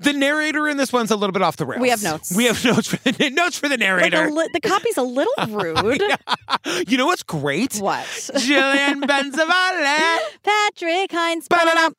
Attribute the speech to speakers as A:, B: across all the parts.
A: The narrator in this one's a little bit off the rails.
B: We have notes.
A: We have notes for the notes for the
B: Like a
A: narrator.
B: li- the copy's a
A: Oh,
B: little rude.
A: you know what's great?
B: What?
A: Jillian Benzavale.
B: Patrick Hines.
A: Ba-da-dum.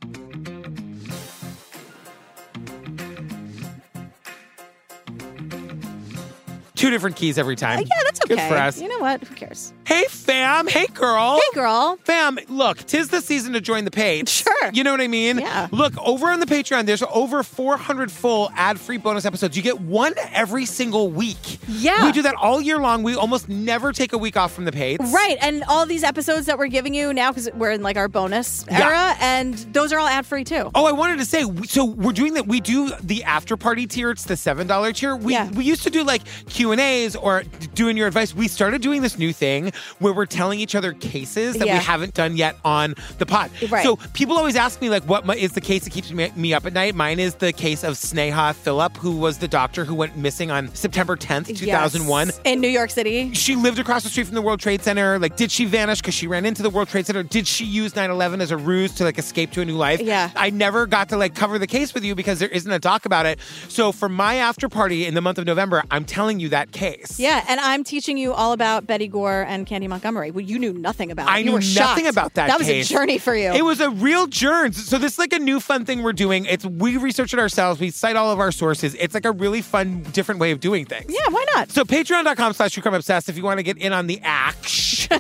A: Two different keys every time.
B: Uh, Yeah, that's okay.
A: Good for us.
B: You know what? Who cares?
A: Hey, fam. Hey, girl.
B: Hey, girl.
A: Fam, look, tis the season to join the page.
B: Sure.
A: You know what I mean?
B: Yeah.
A: Look, over on the Patreon, there's over 400 full ad free bonus episodes. You get one every single week.
B: Yeah.
A: We do that all year long. We almost never take a week off from the page.
B: Right, and all these episodes that we're giving you now because we're in like our bonus
A: Yeah.
B: era, and those are all ad free too.
A: Oh, I wanted to say, we- so we're doing that. We do the after party tier. It's the seven dollar tier. We
B: Yeah.
A: we used to do like Q and A's or doing your advice. We started doing this new thing where we're telling each other cases that
B: Yeah.
A: we haven't done yet on the pod.
B: Right.
A: So people always ask me like, what my, is the case that keeps me, me up at night? Mine is the case of Sneha Phillip, who was the doctor who went missing on September tenth, Oh, two thousand one
B: Yes. in New York City.
A: she lived across the street from the World Trade Center. Like, did she vanish because she ran into the World Trade Center? Did she use 9-11 as a ruse to like escape to a new life?
B: Yeah.
A: I never got to like cover the case with you because there isn't a doc about it. So for my after party in the month of November, I'm telling you that case.
B: Yeah, and I'm teaching you all about Betty Gore and Candy Montgomery. Well, you knew nothing about.
A: I
B: you
A: knew
B: were
A: nothing
B: shocked.
A: about that.
B: That was
A: case.
B: a journey for you.
A: It was a real journey. So this is like a new fun thing we're doing. It's we research it ourselves. We cite all of our sources. It's like a really fun, different way of doing things.
B: yeah, why not?
A: So patreon.com slash true crime obsessed if you want to get in on the action.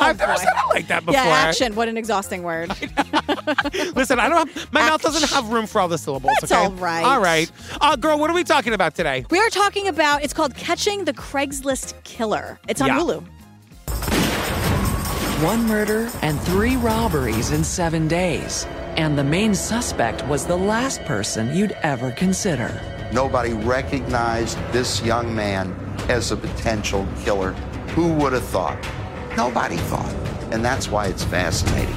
A: I've never said it like that before.
B: Yeah, action. What an exhausting word.
A: Listen, I don't. Have, my mouth doesn't have room for all the syllables.
B: That's
A: okay?
B: all right.
A: All right, uh, girl. What are we talking about today?
B: We are talking about. It's called Catching the Craigslist Killer. It's on
A: Yeah.
B: Hulu.
C: One murder and three robberies in seven days. And the main suspect was the last person you'd ever consider.
D: Nobody recognized this young man as a potential killer. Who would have thought? Nobody thought. And that's why it's fascinating.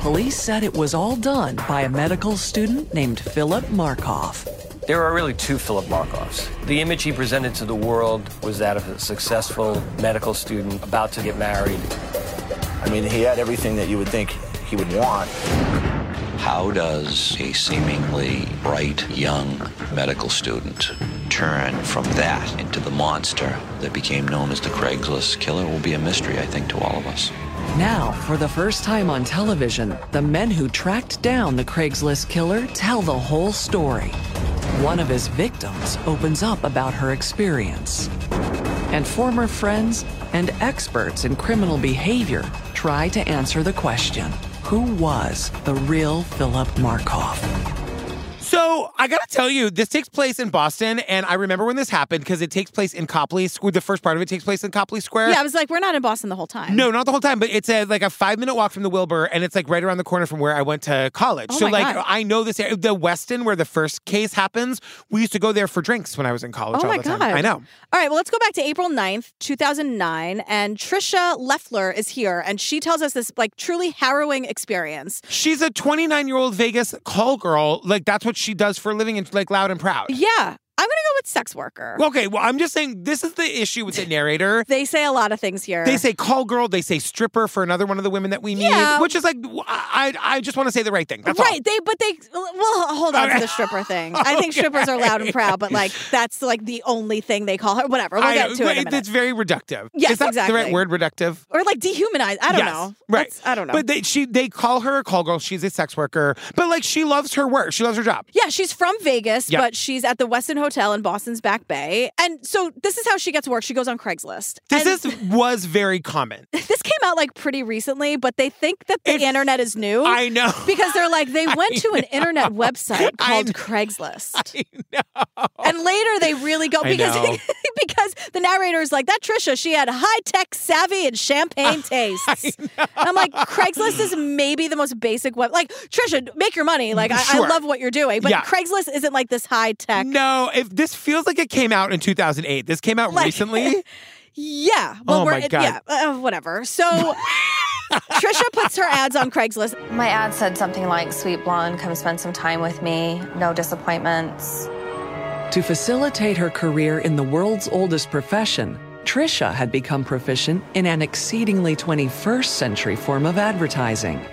C: Police said it was all done by a medical student named Philip Markov.
E: There are really two Philip Markovs. The image he presented to the world was that of a successful medical student about to get married.
F: I mean, he had everything that you would think he would want.
G: How does a seemingly bright young medical student turn from that into the monster that became known as the Craigslist killer will be a mystery, I think, to all of us.
C: Now, for the first time on television, the men who tracked down the Craigslist killer tell the whole story. One of his victims opens up about her experience. And former friends and experts in criminal behavior try to answer the question who was the real Philip Markov?
A: So I gotta tell you, this takes place in Boston, and I remember when this happened because it takes place in Copley Square. The first part of it takes place in Copley Square.
B: Yeah, I was like, we're not in Boston the whole time.
A: No, not the whole time, but it's a like a five minute walk from the Wilbur, and it's like right around the corner from where I went to college.
B: Oh
A: so
B: my
A: like
B: God.
A: I know this area, the Weston where the first case happens. We used to go there for drinks when I was in college.
B: Oh
A: all
B: my
A: the
B: god.
A: time. I know.
B: All right, well, let's go back to April 9th, 2009, and Trisha Leffler is here and she tells us this like truly harrowing experience.
A: She's a 29 year old Vegas call girl. Like that's what she does for a living, and like loud and proud.
B: Yeah, I'm going to go with sex worker.
A: Okay, well, I'm just saying this is the issue with the narrator.
B: they say a lot of things here.
A: They say call girl, they say stripper for another one of the women that we meet,
B: Yeah.
A: which is like, I, I I just want to say the right thing. That's all.
B: Right, they but they well hold on to the stripper thing. I think strippers are loud and proud, but like that's like the only thing they call her. Whatever, we'll
A: I-
B: get to it. in a
A: it-
B: minute.
A: it's very reductive.
B: Yes,
A: is that
B: exactly.
A: the right word, reductive?
B: or like dehumanize. I don't
A: yes,
B: know.
A: Right.
B: That's- I don't know.
A: But they, she, they call her a call girl. She's a sex worker, but like she loves her work. She loves her job.
B: Yeah, she's from Vegas,
A: Yeah.
B: but she's at the Westin Hotel in Boston's Back Bay. And so this is how she gets work. She goes on Craigslist.
A: This
B: and
A: is was very common.
B: this came out like pretty recently, but they think that the
A: It-
B: internet is new.
A: I know.
B: because they're like they went to an internet website
A: I
B: called
A: know.
B: Craigslist. And later they really go
A: I
B: because
A: know.
B: because the narrator is like that Trisha, she had high tech savvy and champagne tastes. And I'm like Craigslist is maybe the most basic web. Like Trisha, make your money. Like I,
A: Sure.
B: I love what you're doing, but
A: Yeah.
B: Craigslist isn't like this high tech.
A: No, if this feels like it came out in 2008. This came out
B: Like-
A: recently.
B: Yeah. Well,
A: Oh
B: we're
A: my God.
B: yeah, uh, whatever. So Trisha puts her ads on Craigslist.
H: My ad said something like, Sweet blonde, come spend some time with me. No disappointments.
C: To facilitate her career in the world's oldest profession, Trisha had become proficient in an exceedingly 21st century form of advertising.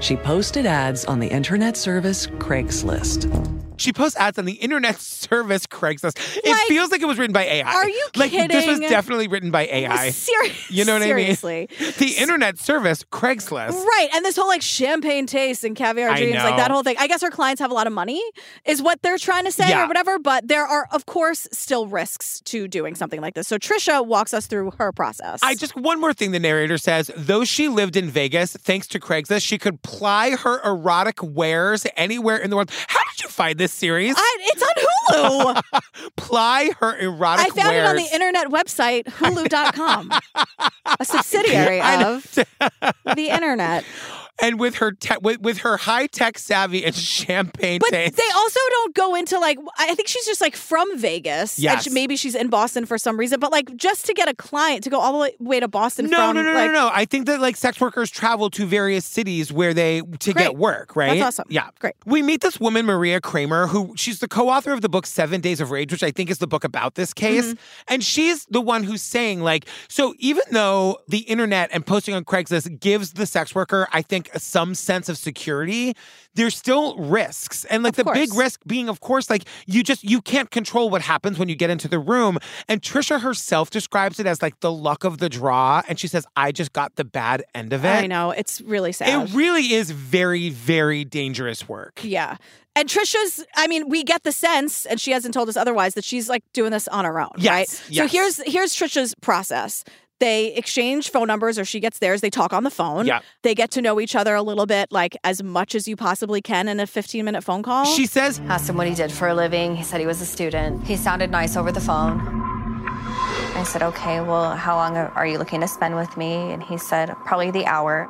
C: She posted ads on the internet service Craigslist.
A: She posts ads on the internet service Craigslist. It
B: Like,
A: feels like it was written by AI.
B: are you
A: like, This was
B: kidding?
A: definitely written by AI.
B: Seri-
A: you know what
B: seriously.
A: I mean? The internet service Craigslist.
B: Right, and this whole like champagne taste and caviar
A: I
B: dreams, like
A: know.
B: that whole thing. I guess her clients have a lot of money, is what they're trying to say
A: Yeah.
B: or whatever. But there are, of course, still risks to doing something like this. So Trisha walks us through her process.
A: I just one more thing the narrator says. Though she lived in Vegas, thanks to Craigslist, she could ply her erotic wares anywhere in the world. How did you find this series?
B: I, it's on Hulu.
A: ply her erotic
B: I found
A: wares.
B: it on the internet website, hulu.com, a subsidiary of the internet.
A: and with her te- with, with her high tech savvy and champagne
B: But
A: taste.
B: they also don't go into like I think she's just like from Vegas. and
A: Yes.
B: she- maybe she's in Boston for some reason, but like just to get a client to go all the way- way to Boston
A: no,
B: from
A: no, no,
B: like
A: no, no. I think that like sex workers travel to various cities where they to
B: Great.
A: get work, right?
B: That's awesome.
A: Yeah.
B: Great.
A: We meet this woman, Maria Kramer, who she's the co-author of the book Seven Days of Rage, which I think is the book about this case.
B: Mm-hmm.
A: And she's the one who's saying, like, so even though the internet and posting on Craigslist gives the sex worker, I think, some sense of security, there's still risks. And like
B: Of
A: the big
B: course.
A: risk being, of course, like you just you can't control what happens when you get into the room. And Trisha herself describes it as like the luck of the draw. And she says, I just got the bad end of it.
B: I know it's really sad.
A: It really is very, very dangerous work.
B: yeah. And Trisha's, I mean, we get the sense, and she hasn't told us otherwise, that she's like doing this on her own,
A: Yes,
B: right? So
A: yes.
B: here's here's Trisha's process. They exchange phone numbers, or she gets theirs. They talk on the phone.
A: Yeah.
B: They get to know each other a little bit, like as much as you possibly can in a 15 minute phone call.
A: She says,
H: Asked him what he did for a living. He said he was a student. He sounded nice over the phone. I said, okay, well, how long are you looking to spend with me? And he said, probably the hour.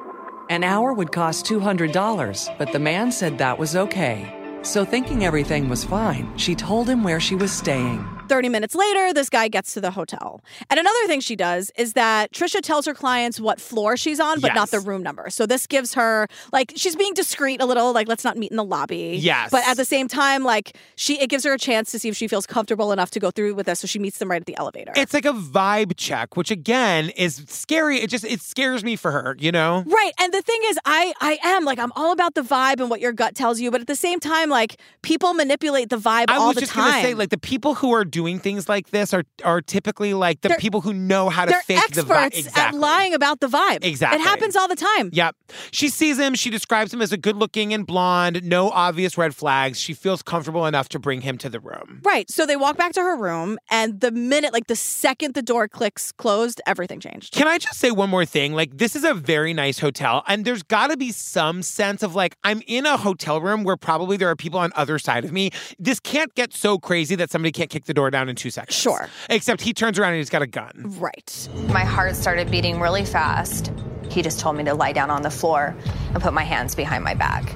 C: An hour would cost $200, but the man said that was okay. So, thinking everything was fine, she told him where she was staying.
B: 30 minutes later, this guy gets to the hotel. And another thing she does is that Trisha tells her clients what floor she's on, but not the
A: Yes.
B: room number. So this gives her, like, she's being discreet a little, like, let's not meet in the lobby.
A: Yes.
B: But at the same time, like, she it gives her a chance to see if she feels comfortable enough to go through with this. So she meets them right at the elevator.
A: It's like a vibe check, which again is scary. It just it scares me for her, you know?
B: Right. And the thing is, I I am like I'm all about the vibe and what your gut tells you, but at the same time, like people manipulate the vibe
A: I
B: all
A: was
B: the
A: just
B: time.
A: gonna say, like the people who are doing things like this are are typically like the
B: They're-
A: people who know how to
B: they're
A: fake
B: experts
A: the vibe.
B: at lying about the vibe.
A: Exactly.
B: It happens all the time.
A: Yep. She sees him. She describes him as a good looking and blonde, no obvious red flags. She feels comfortable enough to bring him to the room.
B: Right. So they walk back to her room, and the minute, like the second the door clicks closed, everything changed.
A: Can I just say one more thing? Like, this is a very nice hotel, and there's got to be some sense of like, I'm in a hotel room where probably there are people on other side of me. This can't get so crazy that somebody can't kick the door down in two seconds.
B: Sure.
A: Except he turns around and he's got a gun.
B: Right.
H: My heart started beating really fast. He just told me to lie down on the floor and put my hands behind my back.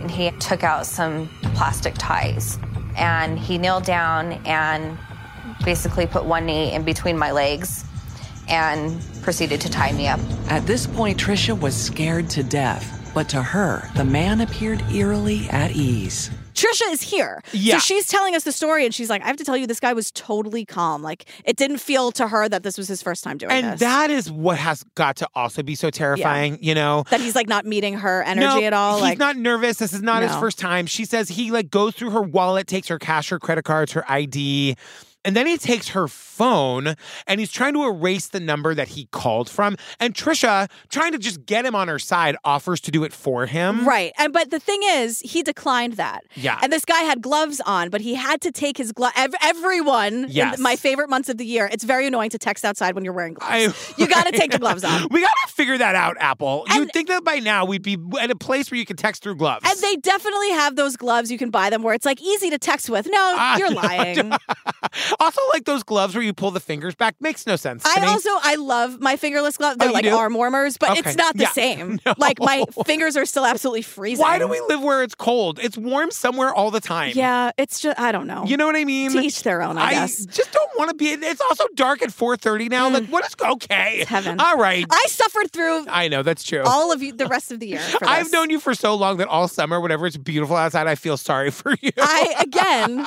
H: And he took out some plastic ties and he kneeled down and basically put one knee in between my legs and proceeded to tie me up.
C: At this point, Trisha was scared to death, but to her, the man appeared eerily at ease.
B: Trisha is here.
A: Yeah.
B: So she's telling us the story, and she's like, I have to tell you, this guy was totally calm. Like, it didn't feel to her that this was his first time doing
A: And
B: this.
A: that is what has got to also be so terrifying, you know?
B: That he's like not meeting her energy
A: no,
B: at all.
A: He's
B: like,
A: not nervous. This is not his
B: No.
A: first time. She says he like goes through her wallet, takes her cash, her credit cards, her ID, and then he takes her phone and he's trying to erase the number that he called from. And Trisha, trying to just get him on her side, offers to do it for him.
B: Right. And but the thing is, he declined that.
A: Yeah.
B: And this guy had gloves on, but he had to take his glove. Ev- everyone, in
A: Yes.
B: my favorite months of the year, it's very annoying to text outside when you're wearing gloves.
A: I-
B: You got to take the gloves off.
A: We gotta figure that out, Apple. You'd
B: And-
A: think that by now we'd be at a place where you could text through gloves.
B: And they definitely have those gloves you can buy them where it's like easy to text with. No,
A: Ah,
B: you're
A: no,
B: lying.
A: also, like those gloves where you pull the fingers back makes no sense. to
B: I
A: me.
B: also I love my fingerless gloves. They're
A: Oh, you
B: like
A: do?
B: arm warmers, but
A: Okay.
B: it's not the
A: Yeah.
B: same.
A: No.
B: Like my fingers are still absolutely freezing.
A: why do we live where it's cold? It's warm somewhere all the time.
B: Yeah, it's just I don't know.
A: You know what I mean?
B: to each their own, I, guess. Mm.
A: just don't want to be. It's also dark at 4:30 now. Like, what is okay?
B: It's heaven.
A: All right. I,
B: I suffered through
A: know that's true.
B: all of you the rest of the year. for
A: I've
B: this.
A: known you for so long that all summer, whenever it's beautiful outside, I feel sorry for you.
B: I again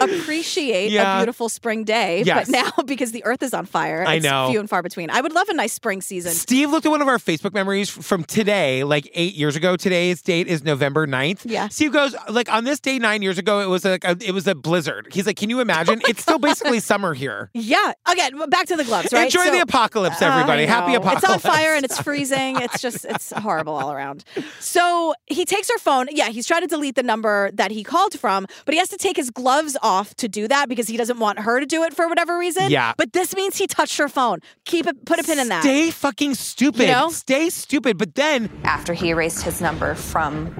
B: appreciate
A: Yeah.
B: a beautiful spring day,
A: Yes.
B: but now because the earth is on fire,
A: I
B: it's
A: know.
B: few and far between. I would love a nice spring season.
A: Steve looked at one of our Facebook memories f- from today, like eight years ago. Today's date is November 9th.
B: Yeah.
A: Steve goes, like on this day nine years ago, it was like a, it was a blizzard. He's like, can you
B: Oh
A: imagine? it's still basically summer here.
B: Yeah. Again, back to the gloves, right?
A: Enjoy
B: So-
A: the apocalypse, everybody.
B: I
A: Happy
B: know.
A: apocalypse.
B: It's on fire and it's freezing. It's just, it's horrible all around. So he takes her phone. Yeah, he's trying to delete the number that he called from, but he has to take his gloves off to do that because he doesn't want her to do it for whatever reason.
A: Yeah.
B: But this means he touched her phone. Keep it, put a pin in that.
A: Stay fucking stupid.
B: You know?
A: Stay stupid. But then
H: After he erased his number from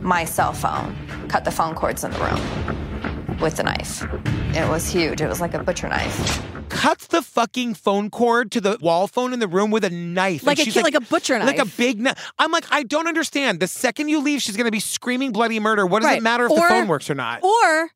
H: my cell phone, cut the phone cords in the room with the knife. It was huge. It was like a butcher knife.
A: cuts the fucking phone cord to the wall phone in the room with a knife. And
B: Like a
A: she's
B: kid- like a butcher
A: Like a
B: knife.
A: big knife. I'm like, I don't understand. The second you leave, she's going to be screaming bloody murder. What does
B: Right.
A: it matter if the
B: Or-
A: phone works or not?
B: Or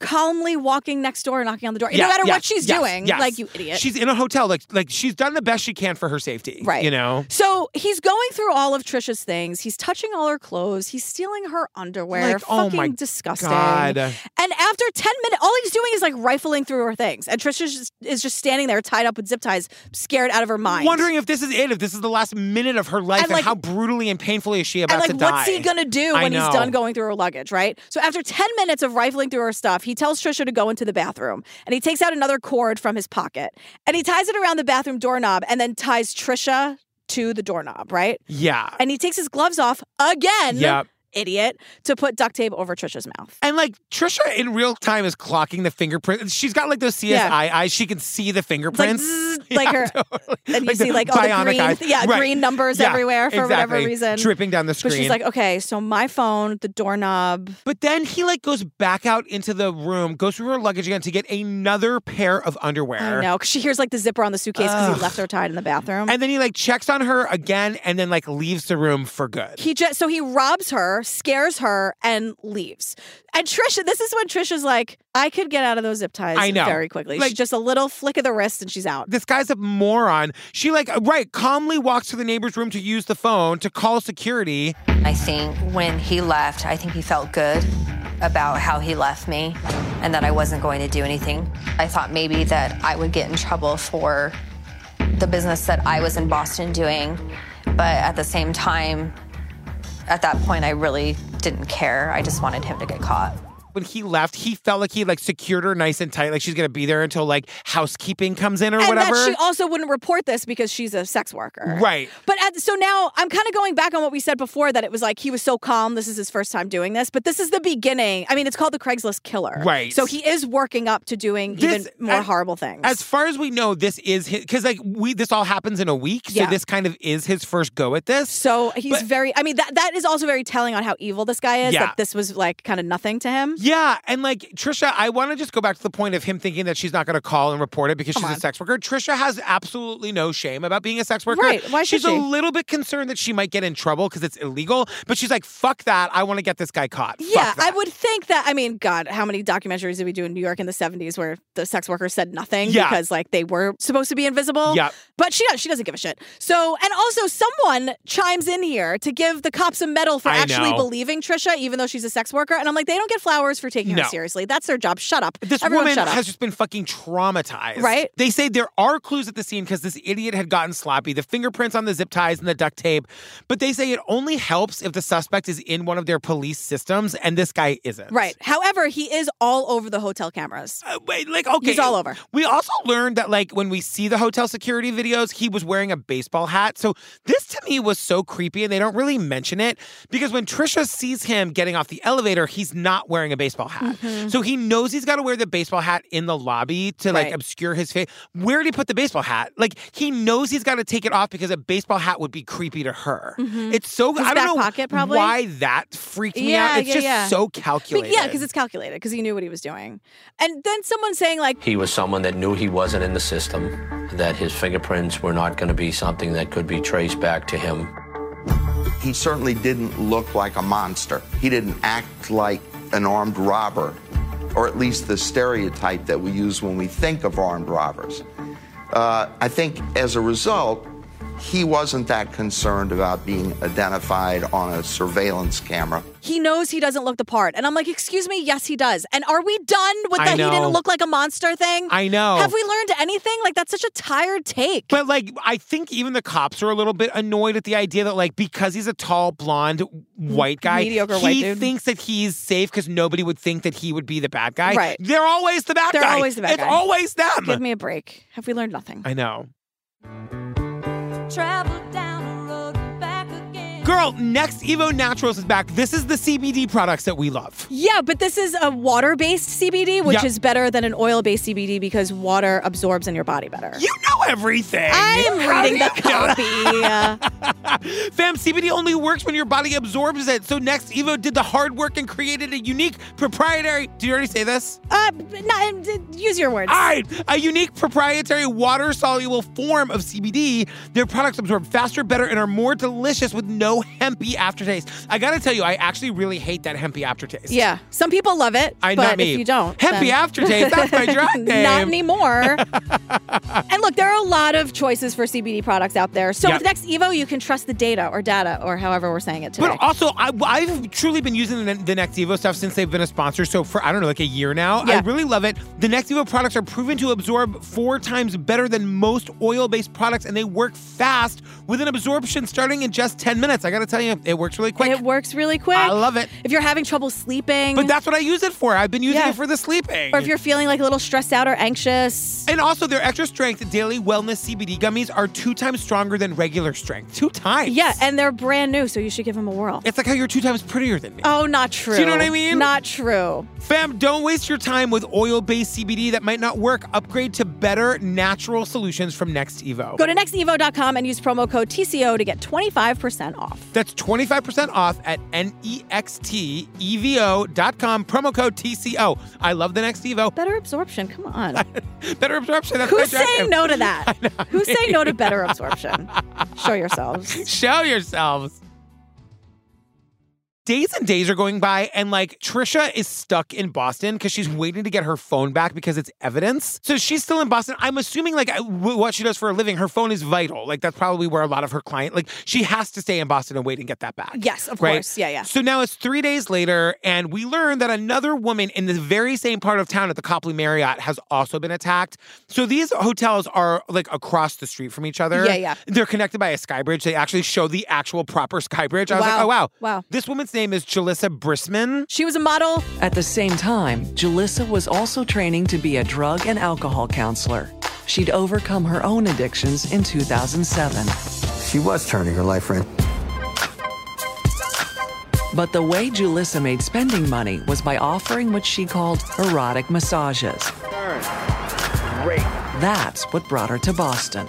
B: calmly walking next door and knocking on the door.
A: Yeah,
B: no matter
A: yeah,
B: what she's
A: yes,
B: doing,
A: yes.
B: like, you idiot.
A: She's in a hotel. Like, like she's done the best she can for her safety.
B: Right.
A: You know?
B: So he's going through all of Trisha's things. He's touching all her clothes. He's stealing her underwear.
A: Like, oh
B: Fucking
A: my
B: disgusting.
A: God.
B: And after 10 minutes, all he's doing is like rifling through her things. And Trisha just, is just standing there tied up with zip ties, scared out of her mind.
A: Wondering if this is it, if this is the last minute of her life, and,
B: And, like-
A: how brutally and painfully is she about
B: and like,
A: to die?
B: what's he gonna do
A: I
B: when he's
A: know.
B: done going through her luggage, right? So after ten minutes of rifling through her stuff, he tells Trisha to go into the bathroom, and he takes out another cord from his pocket, and he ties it around the bathroom doorknob, and then ties Trisha to the doorknob, right?
A: Yeah.
B: And he takes his gloves off again,
A: Yep.
B: idiot, to put duct tape over Trisha's mouth.
A: And like Trisha in real time is clocking the fingerprint. She's got like those CSI
B: Yeah.
A: eyes. She can see the fingerprints.
B: zzz, like her-
A: totally.
B: And you
A: Like
B: see like all the
A: bionic
B: green,
A: eyes.
B: yeah,
A: Right.
B: green numbers
A: Yeah,
B: everywhere for whatever
A: exactly.
B: reason.
A: Dripping down the
B: So
A: screen.
B: she's like, okay, so my phone, the doorknob,
A: but then he like goes back out into the room, goes through her luggage again to get another pair of underwear.
B: I know, 'cause she hears like the zipper on the suitcase because he left her tied in the bathroom.
A: And then he like checks on her again and then like leaves the room for good.
B: He just so he robs her, scares her, and leaves. And Trisha, this is when Trisha's like, I could get out of those zip ties
A: I know.
B: very quickly.
A: Like-
B: She's just a little flick of the wrist and she's out.
A: This guy's a moron. She like right calmly walks to the neighbor's room to use the phone to call security.
H: I think when he left, I think he felt good about how he left me and that I wasn't going to do anything. I thought maybe that I would get in trouble for the business that I was in Boston doing, but at the same time, at that point, I really didn't care. I just wanted him to get caught.
A: When he left, he felt like he like secured her nice and tight, like she's gonna be there until like housekeeping comes in or
B: and
A: whatever.
B: that she also wouldn't report this because she's a sex worker.
A: Right.
B: But at, so now I'm kind of going back on what we said before that it was like he was so calm. This is his first time doing this, but this is the beginning. I mean, it's called the Craigslist killer.
A: Right.
B: So he is working up to doing
A: This-
B: even more
A: as-
B: horrible things.
A: As far as we know, this is his because like we this all happens in a week, so
B: Yeah.
A: this kind of is his first go at this.
B: So he's
A: But-
B: very. I mean, that that is also very telling on how evil this guy is.
A: Yeah.
B: That this was like kind of nothing to him.
A: yeah, and like Trisha, I want to just go back to the point of him thinking that she's not going to call and report it because she's a sex worker. Trisha has absolutely no shame about being a sex worker.
B: Right, why should
A: she's a
B: she?
A: little bit concerned that she might get in trouble because it's illegal, but she's like, "Fuck that! I want to get this guy caught."
B: Yeah,
A: Fuck
B: I
A: that."
B: would think that. I mean, God, how many documentaries did we do in New York in the '70s where the sex workers said nothing
A: Yeah.
B: because like they were supposed to be invisible?
A: Yep.
B: But she does. She doesn't give a shit. So, and also, someone chimes in here to give the cops a medal for
A: I
B: actually
A: know.
B: believing Trisha, even though she's a sex worker. And I'm like, they don't get flowers for taking
A: No.
B: her seriously. That's their job. Shut up.
A: This
B: Everyone,
A: woman
B: shut up.
A: has just been fucking traumatized.
B: Right?
A: They say there are clues at the scene because this idiot had gotten sloppy. The fingerprints on the zip ties and the duct tape. But they say it only helps if the suspect is in one of their police systems, and this guy isn't.
B: right. However, he is all over the hotel cameras.
A: Uh, wait, like, okay.
B: He's all over.
A: We also learned that, like, when we see the hotel security videos, he was wearing a baseball hat. So this to me was so creepy, and they don't really mention it because when Trisha sees him getting off the elevator, he's not wearing a baseball hat.
B: Mm-hmm.
A: So he knows he's got to wear the baseball hat in the lobby to, like,
B: Right.
A: obscure his face. Where did he put the baseball hat? Like, he knows he's got to take it off because a baseball hat would be creepy to her. It's so,
B: Mm-hmm. His
A: I don't
B: back
A: know
B: pocket, probably?
A: why that freaked me
B: Yeah,
A: out. It's
B: yeah,
A: just
B: yeah.
A: so
B: But
A: calculated.
B: yeah, because it's calculated because he knew what he was doing. And then someone saying like,
I: He was someone that knew he wasn't in the system, that his fingerprints were not going to be something that could be traced back to him.
D: He certainly didn't look like a monster. He didn't act like an armed robber, or at least the stereotype that we use when we think of armed robbers. Uh, I think as a result, He wasn't that concerned about being identified on a surveillance camera.
B: He knows he doesn't look the part. And I'm like, excuse me, yes, he does. And are we done with
A: I
B: the he
A: know.
B: didn't look like a monster thing?
A: I know.
B: Have we learned anything? Like, that's such a tired take.
A: But like, I think even the cops are a little bit annoyed at the idea that like because he's a tall, blonde, white guy,
B: Mediocre
A: he
B: white dude.
A: thinks that he's safe because nobody would think that he would be the bad guy.
B: Right.
A: They're always the bad
B: They're
A: guy.
B: always the bad
A: it's
B: guy.
A: always them.
B: Give me a break. Have we learned nothing?
A: I know.
J: Travel down the road and back again.
A: Girl, next Evo Naturals is back. This is the CBD products that we love.
B: Yeah, but this is a water based CBD, which
A: Yeah.
B: is better than an oil based CBD because water absorbs in your body better.
A: You know everything.
B: I am
A: How
B: reading
A: do
B: the
A: you know
B: copy. Uh,
A: Fam, CBD only works when your body absorbs it. So Next Evo did the hard work and created a unique proprietary. Did you already say this?
B: uh, no, d- use your words.
A: All right, a unique proprietary water soluble form of CBD. Their products absorb faster, better, and are more delicious with no hempy aftertaste. I gotta tell you, I actually really hate that hempy aftertaste.
B: Yeah, some people love it,
A: I-
B: but
A: not me.
B: if you don't,
A: Hempy
B: then-
A: aftertaste, that's my drug
B: Not
A: name.
B: anymore. and look, there are a lot of choices for CBD products out there. So
A: Yep.
B: with Next Evo, you can trust the data or data or however we're saying it today.
A: But also, I, I've truly been using the, the Next Evo stuff since they've been a sponsor. So for I don't know, like a year now, I
B: Yeah.
A: really love it. The Next Evo products are proven to absorb four times better than most oil-based products, and they work fast with an absorption starting in just ten minutes. I got to tell you, it works really quick.
B: it works really quick.
A: I love it.
B: If you're having trouble sleeping,
A: But that's what I use it for. I've been using
B: Yeah.
A: it for the sleeping.
B: or if you're feeling like a little stressed out or anxious,
A: and also, their extra strength daily wellness CBD gummies are two times stronger than regular strength. Two times.
B: yeah, and they're brand new, so you should give them a whirl.
A: it's like how you're two times prettier than me.
B: Oh, not true.
A: Do you know what I mean?
B: Not true.
A: Fam, don't waste your time with oil based CBD that might not work. Upgrade to better natural solutions from Next Evo.
B: Go to nextevo.com and use promo code TCO to get 25% off.
A: That's 25% off at E nextevo.com, promo code TCO. I love the Next Evo.
B: Better absorption, come on.
A: Better absorption. That's my
B: Who's
A: drive.
B: saying no to that? Who's saying no to better absorption? Show yourselves.
A: Show yourselves. Days and days are going by, and like Trisha is stuck in Boston because she's waiting to get her phone back because it's evidence. So she's still in Boston. I'm assuming, like, w- what she does for a living, her phone is vital. Like, that's probably where a lot of her client, like, she has to stay in Boston and wait and get that back.
B: Yes, of
A: Right?
B: course. Yeah, yeah.
A: So now it's three days later, and we learn that another woman in the very same part of town at the Copley Marriott has also been attacked. So these hotels are like across the street from each other.
B: Yeah, yeah.
A: They're connected by a sky bridge. They actually show the actual proper sky bridge. I was like,
B: Wow.
A: oh wow,
B: Wow.
A: This woman's name is Jalissa Brisman.
B: She was a model.
C: At the same time, Jalissa was also training to be a drug and alcohol counselor. She'd overcome her own addictions in 2007.
E: She was turning her life around.
C: But the way Julissa made spending money was by offering what she called erotic massages. That's what brought her to Boston.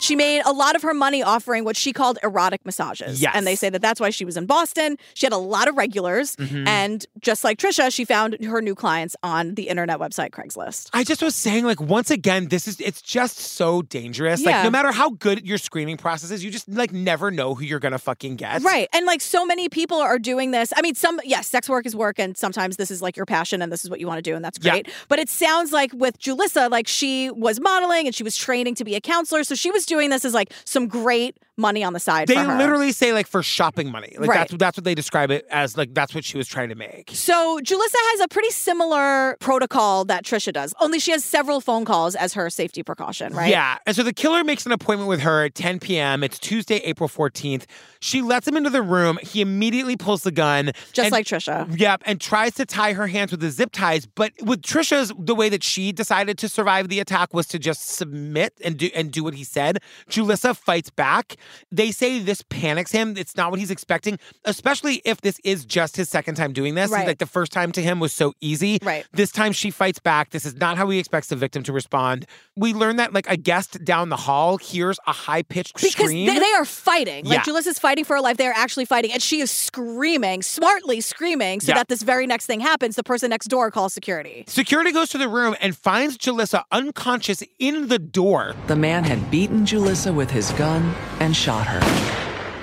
B: She made a lot of her money offering what she called erotic massages.
A: Yes.
B: And they say that that's why she was in Boston. She had a lot of regulars.
A: Mm-hmm.
B: And just like Trisha, she found her new clients on the internet website Craigslist.
A: I just was saying, like, once again, this is it's just so dangerous. Like,
B: Yeah.
A: no matter how good your screening process is, you just like never know who you're gonna fucking get.
B: Right. And like so many people are doing this. I mean, some, yes, sex work is work, and sometimes this is like your passion and this is what you want to do, and that's
A: Yeah.
B: great. But it sounds like with Julissa, like she was modeling and she was training to be a counselor. So she was doing this as like some great money on the side.
A: They
B: for her.
A: literally say like for shopping money. Like
B: Uh-huh. Right.
A: that's that's what they describe it as. Like that's what she was trying to make.
B: So Julissa has a pretty similar protocol that Trisha does, only she has several phone calls as her safety precaution, right?
A: Yeah. And so the killer makes an appointment with her at 10 p.m. It's Tuesday, April 14th. She lets him into the room. He immediately pulls the gun.
B: Just
A: and-
B: like Trisha.
A: Yep, and tries to tie her hands with the zip ties. But with Trisha's, the way that she decided to survive the attack was to just submit and do and do what he said. Julissa fights back. They say this panics him. It's not what he's expecting, especially if this is just his second time doing this.
B: Right.
A: Like the first time to him was so easy.
B: Right.
A: This time she fights back. This is not how he expects the victim to respond. We learn that like a guest down the hall hears a high pitched
B: Because
A: scream.
B: they, they are fighting. Like
A: Yeah.
B: Julissa's fighting for her life. They are actually fighting. And she is screaming, smartly screaming, so
A: Yeah.
B: that this very next thing happens. The person next door calls security.
A: Security goes to the room and finds Jalissa unconscious in the door.
C: The man had beaten Julissa with his gun and shot her.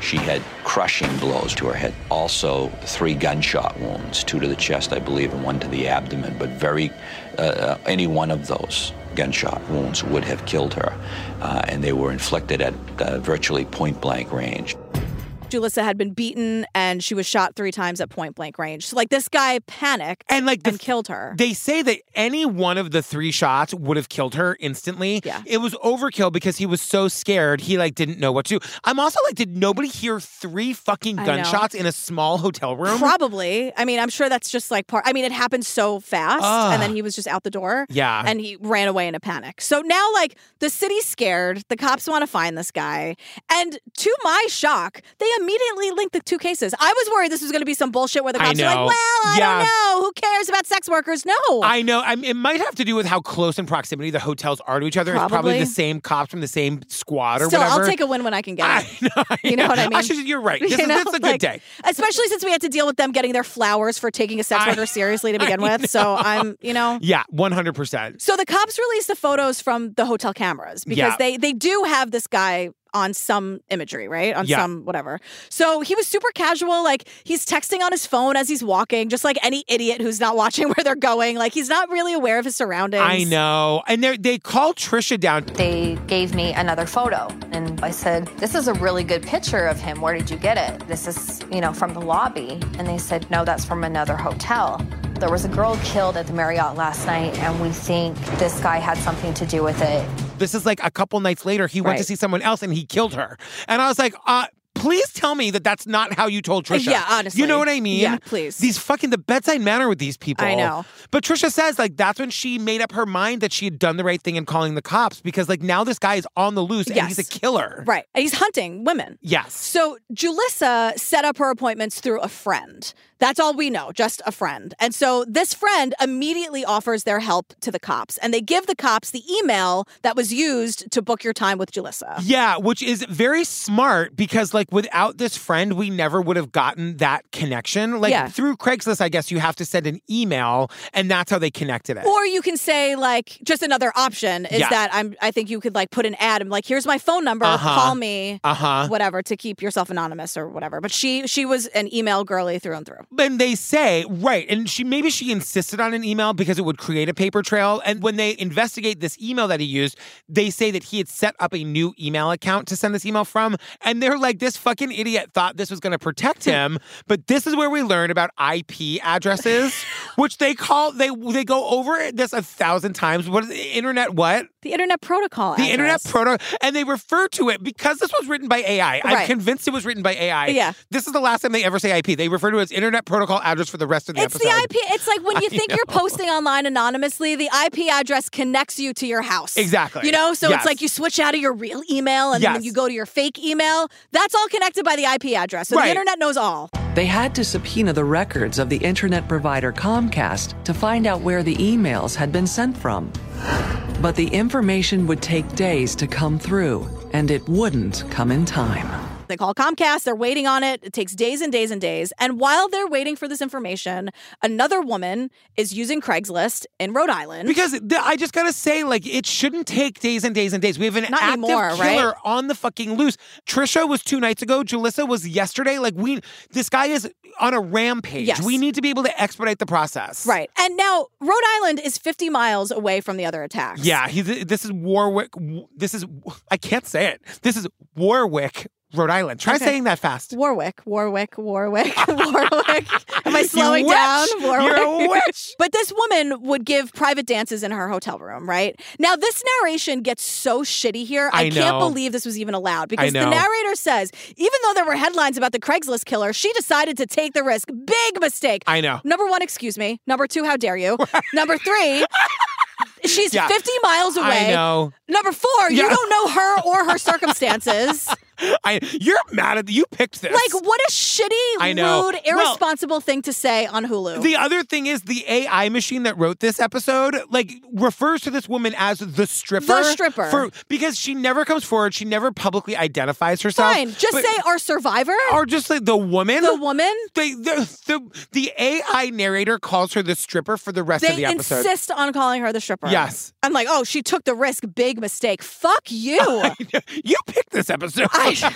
G: She had crushing blows to her head. Also, three gunshot wounds two to the chest, I believe, and one to the abdomen, but very, uh, uh, any one of those gunshot wounds would have killed her, uh, and they were inflicted at uh, virtually point blank range.
B: Julissa had been beaten and she was shot three times at point blank range. So like this guy panicked
A: and like
B: and killed her.
A: They say that any one of the three shots would have killed her instantly.
B: Yeah.
A: It was overkill because he was so scared he like didn't know what to do. I'm also like, did nobody hear three fucking
B: I know.
A: gunshots in a small hotel room?
B: Probably. I mean, I'm sure that's just like part. I mean, it happened so fast,
A: Ugh.
B: and then he was just out the door.
A: Ah. Yeah.
B: and he ran away in a panic. So now, like, the city's scared. The cops want to find this guy, and to my shock, they immediately linked the two cases. I was worried this was going to be some bullshit where the
A: I
B: cops are like,
A: know.
B: "Well, I
A: Yeah.
B: don't know. Who cares about sex workers? No."
A: I know. I mean, it might have to do with how close in proximity the hotels are to each other. It's probably
B: Probably.
A: the same cops from the same squad or
B: Still,
A: whatever.
B: I'll take a win when I can get it.
A: you
B: know what I mean?
A: should- you're right. This
B: You
A: is,
B: know,
A: this is a good
B: like,
A: day.
B: Especially since we had to deal with them getting their flowers for taking a sex
A: I-
B: worker seriously to begin with. So I'm, you know.
A: Yeah, 100%.
B: So the cops released the photos from the hotel cameras because
A: Yeah.
B: they they do have this guy on some imagery, right? On
A: Yeah.
B: some whatever. So he was super casual, like he's texting on his phone as he's walking, just like any idiot who's not watching where they're going. Like he's not really aware of his surroundings.
A: I know. And they they call Trisha down.
H: They gave me another photo, and I said, This is a really good picture of him. Where did you get it? This is, you know, from the lobby. And they said, No, that's from another hotel. There was a girl killed at the Marriott last night, and we think this guy had something to do with it.
A: This is like a couple nights later. He went to
H: Right.
A: see someone else and he killed her. And I was like, uh, please tell me that that's not how you told Trisha.
B: Yeah, honestly.
A: You know what I mean?
B: Yeah, please.
A: These fucking, the bedside manner with these people.
B: I know.
A: But Trisha says, like, that's when she made up her mind that she had done the right thing in calling the cops because, like, now this guy is on the loose and he's
B: Yes.
A: a killer.
B: Right. And he's hunting women.
A: Yes.
B: So Julissa set up her appointments through a friend. That's all we know, just a friend. And so this friend immediately offers their help to the cops, and they give the cops the email that was used to book your time with Julissa.
A: Yeah, which is very smart because, like, without this friend, we never would have gotten that connection. Like,
B: Yeah.
A: through Craigslist, I guess you have to send an email, and that's how they connected it.
B: Or you can say like just another option is
A: Yeah.
B: that I'm I think you could like put an ad and like here's my phone number
A: Uh-huh.
B: call me
A: uh huh.
B: whatever to keep yourself anonymous or whatever but she she was an email girly through and through
A: And they say, right, and she maybe she insisted on an email because it would create a paper trail. And when they investigate this email that he used, they say that he had set up a new email account to send this email from. And they're like, this fucking idiot thought this was going to protect him. but this is where we learn about IP addresses, which they call they they go over this a thousand times. What is the internet? What
B: the internet protocol
A: the internet
B: address.
A: proto? And they refer to it because this was written by AI. I'm
B: Right.
A: convinced it was written by AI.
B: Yeah.
A: This is the last time they ever say IP. They refer to it as internet protocol address for the rest of the
B: it's
A: episode.
B: the IP. It's like when you think you're posting online anonymously, the IP address connects you to your house.
A: Exactly.
B: You know, so
A: Yes.
B: it's like you switch out of your real email and
A: Yes.
B: then you go to your fake email. That's all connected by the IP address. So
A: Right.
B: the internet knows all.
C: They had to subpoena the records of the internet provider Comcast to find out where the emails had been sent from. But the information would take days to come through, and it wouldn't come in time.
B: They call Comcast, they're waiting on it. It takes days and days and days. And while they're waiting for this information, another woman is using Craigslist in Rhode Island.
A: Because th- I just gotta say, like, it shouldn't take days and days and days. We have an
B: Not
A: active
B: anymore, right?
A: killer on the fucking loose. Trisha was two nights ago. Julissa was yesterday. Like, we this guy is on a rampage.
B: Yes.
A: We need to be able to expedite the process.
B: Right. And now Rhode Island is 50 miles away from the other attacks.
A: Yeah. He, this is Warwick. This is I can't say it. This is Warwick, Rhode Island. Try
B: Okay.
A: saying that fast.
B: Warwick, Warwick, Warwick, Warwick. Am I
A: You
B: slowing
A: witch!
B: down?
A: You're a
B: Warwick.
A: witch!
B: but this woman would give private dances in her hotel room, right? Now this narration gets so shitty here. I,
A: I
B: can't
A: know.
B: believe this was even allowed because the
A: know.
B: narrator says even though there were headlines about the Craigslist killer, she decided to take the risk. Big mistake.
A: I know.
B: Number one, excuse me. Number two, how dare you? Number three. She's
A: Yeah.
B: 50 miles away.
A: I know.
B: Number four, you
A: Yeah.
B: don't know her or her circumstances.
A: I you're mad at you picked this.
B: Like, what a shitty,
A: I know.
B: rude,
A: Well-
B: irresponsible thing to say on Hulu.
A: The other thing is the AI machine that wrote this episode, like, refers to this woman as the stripper.
B: The stripper.
A: For, because she never comes forward. She never publicly identifies herself.
B: Fine, just
A: but-
B: say our survivor,
A: Or just like the woman.
B: the woman.
A: They, the, the, the AI narrator calls her the stripper for the rest of
B: They
A: the episode.
B: insist on calling her the stripper.
A: Yes.
B: I'm like, oh, she took the risk. Big mistake. Fuck you.
A: you picked this episode.
B: I-
A: You're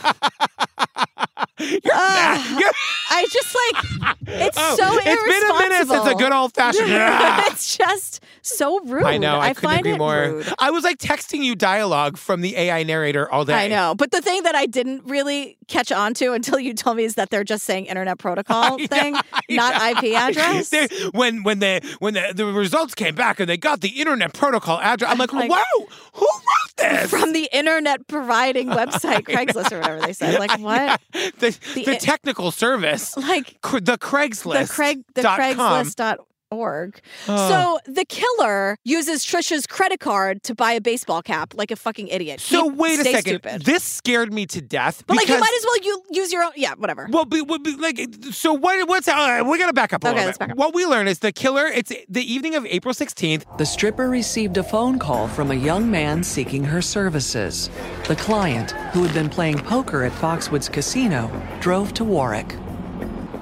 A: mad.
B: uh-huh.
A: You're-
B: I just like it's
A: Oh,
B: so
A: it's been a minute since a
B: irresponsible.
A: good old-fashioned, yeah.
B: it's just so rude.
A: I know. I, couldn't
B: find
A: agree
B: it
A: more.
B: rude.
A: I was like texting you dialogue from the AI narrator all day.
B: I know. But the thing that I didn't really catch on to until you told me is that they're just saying internet protocol thing, not IP address.
A: They- when when the when the, the results came back and they got the internet protocol address, I'm like,
B: Like-
A: wow, who wrote this?
B: From the internet providing website, Craigslist or whatever they said. Like what?
A: the, the,
B: i-
A: technical service,
B: Like
A: Cr- the Craigslist,
B: the Craig the
A: dot com.
B: Craigslist.org.
A: Oh.
B: So the killer uses Trisha's credit card to buy a baseball cap like a fucking idiot.
A: So
B: He
A: wait a
B: stays
A: second.
B: Stupid.
A: This scared me to death.
B: but like you
A: because-
B: might as well you use your own yeah, whatever.
A: Well, be, well, be, like, so what? What's all right, we gotta back up a
B: Okay,
A: little
B: let's
A: bit.
B: back up.
A: What we learned is the killer. It's the evening of April sixteenth.
C: The stripper received a phone call from a young man seeking her services. The client, who had been playing poker at Foxwoods Casino, drove to Warwick.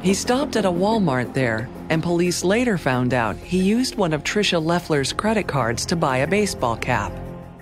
C: He stopped at a Walmart there, and police later found out he used one of Trisha Leffler's credit cards to buy a baseball cap.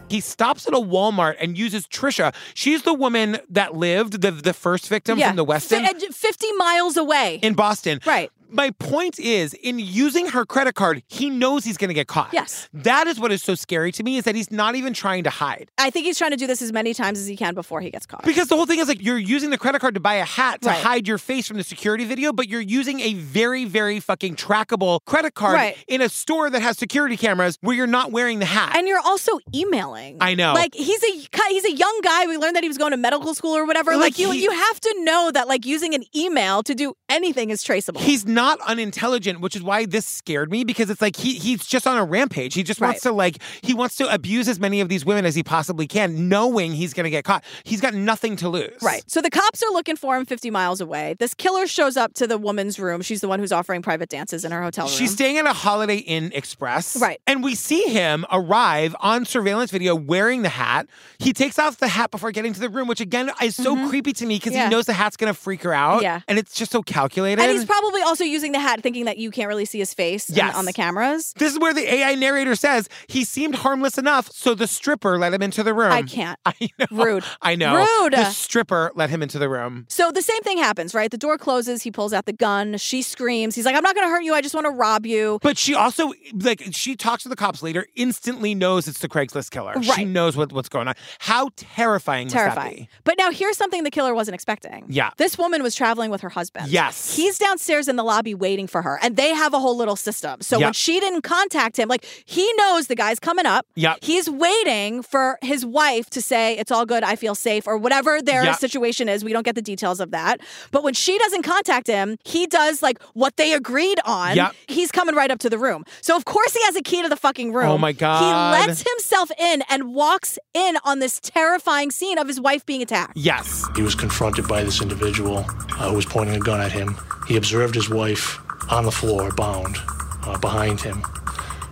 A: He stops at a Walmart and uses Trisha. She's the woman that lived the the first victim
B: yeah.
A: from the Westin
B: Fi- and Fifty miles away.
A: in Boston.
B: Right.
A: My point is, in using her credit card, he knows he's going to get caught.
B: Yes.
A: That is what is so scary to me is that he's not even trying to hide.
B: I think he's trying to do this as many times as he can before he gets caught.
A: Because the whole thing is like you're using the credit card to buy a hat to
B: Right.
A: hide your face from the security video, but you're using a very, very fucking trackable credit card
B: Right.
A: in a store that has security cameras where you're not wearing the hat.
B: and you're also emailing.
A: I know.
B: Like he's a ki- he's a young guy. We learned that he was going to medical school or whatever. Like,
A: Like,
B: you
A: he-
B: you have to know that like using an email to do anything is traceable.
A: He's not unintelligent, which is why this scared me because it's like he he's just on a rampage. He just wants
B: Right.
A: to like he wants to abuse as many of these women as he possibly can, knowing he's going to get caught. He's got nothing to lose.
B: Right. So the cops are looking for him 50 miles away. This killer shows up to the woman's room. She's the one who's offering private dances in her hotel room.
A: She's staying at a Holiday Inn Express.
B: Right.
A: And we see him arrive on surveillance video wearing the hat. He takes off the hat before getting to the room, which again is so creepy to me because
B: Mm-hmm. Yeah.
A: he knows the hat's going to freak her out.
B: Yeah.
A: And it's just so calculated.
B: and he's probably also using the hat thinking that you can't really see his face on-
A: Yes.
B: on the cameras.
A: this is where the AI narrator says he seemed harmless enough, so the stripper let him into the room.
B: I can't.
A: I know.
B: Rude.
A: I know.
B: Rude.
A: The stripper let him into the room.
B: So the same thing happens, right? The door closes, he pulls out the gun, she screams. He's like, I'm not going to hurt you. I just want to rob you.
A: But she also, like, she talks to the cops later, instantly knows it's the Craigslist killer. She
B: Right.
A: knows what, what's going on. How terrifying must that
B: Terrifying.
A: be?
B: But now here's something the killer wasn't expecting.
A: Yeah.
B: This woman was traveling with her husband.
A: Yes.
B: He's downstairs in the lobby waiting for her, and they have a whole little system. So
A: Yeah.
B: when she didn't contact him, like he knows the guy's coming up.
A: Yeah.
B: He's waiting for his wife to say, It's all good, I feel safe, or whatever their
A: Yeah.
B: situation is. We don't get the details of that. But when she doesn't contact him, he does like what they agreed on.
A: Yeah.
B: He's coming right up to the room. So of course he has a key to the fucking room.
A: Oh my God.
B: He lets himself in and walks in on this terrifying scene of his wife being attacked.
A: Yes.
K: He was confronted by this individual uh, who was pointing a gun at him. He observed his wife on the floor, bound, uh, behind him.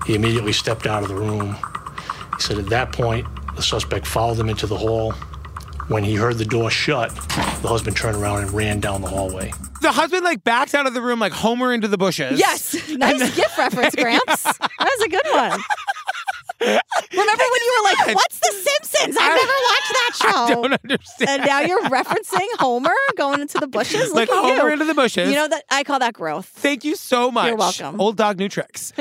K: He immediately stepped out of the room. He said at that point, the suspect followed him into the hall. When he heard the door shut, the husband turned around and ran down the hallway.
A: The husband, like, backs out of the room like Homer into the bushes.
B: Yes. Nice gift reference, Gramps. That was a good one. Remember when you were like, what's The Simpsons? I've never watched that show.
A: I don't understand.
B: and now you're referencing Homer going into the bushes.
A: Like
B: Look at
A: Homer
B: you.
A: into the bushes.
B: You know that I call that growth.
A: Thank you so much.
B: welcome.
A: Old dog, new tricks.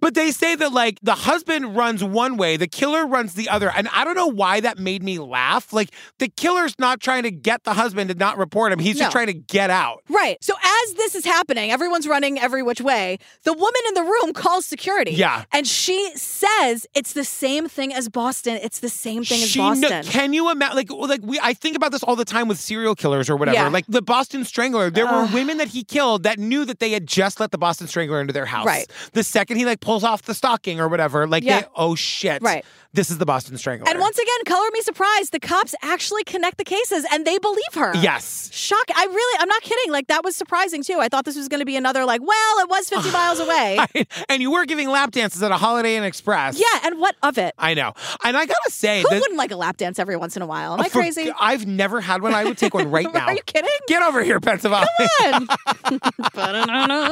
A: but they say that like the husband runs one way, the killer runs the other, and I don't know why that made me laugh. Like the killer's not trying to get the husband to not report him; he's
B: No.
A: just trying to get out.
B: Right. So as this is happening, everyone's running every which way. The woman in the room calls security.
A: Yeah.
B: And she says it's the same thing as Boston. It's the same thing as
A: She kno-
B: Boston.
A: can you imagine? Like, well, like we, I think about this all the time with serial killers or whatever.
B: Yeah.
A: Like the Boston Strangler, there were women that he killed that knew that they had just let the Boston Strangler into their house.
B: Right.
A: The second he like pulls off the stocking or whatever, like,
B: Yeah.
A: they, oh shit,
B: Right.
A: This is the Boston Strangler.
B: and once again, color me surprised. The cops actually connect the cases and they believe her.
A: yes,
B: Shock. I really, I'm not kidding. Like, that was surprising too. I thought this was going to be another, like, well, it was 50 miles away.
A: and you were giving lap dances at a Holiday Inn Express.
B: Yeah. And what of it?
A: I know. And I gotta say, okay.
B: Who
A: this-
B: wouldn't like a lap dance every once in a while? Am I
A: for-
B: crazy?
A: I've never had one. I would take one right now.
B: Are you kidding?
A: Get over here, Pennsylvania.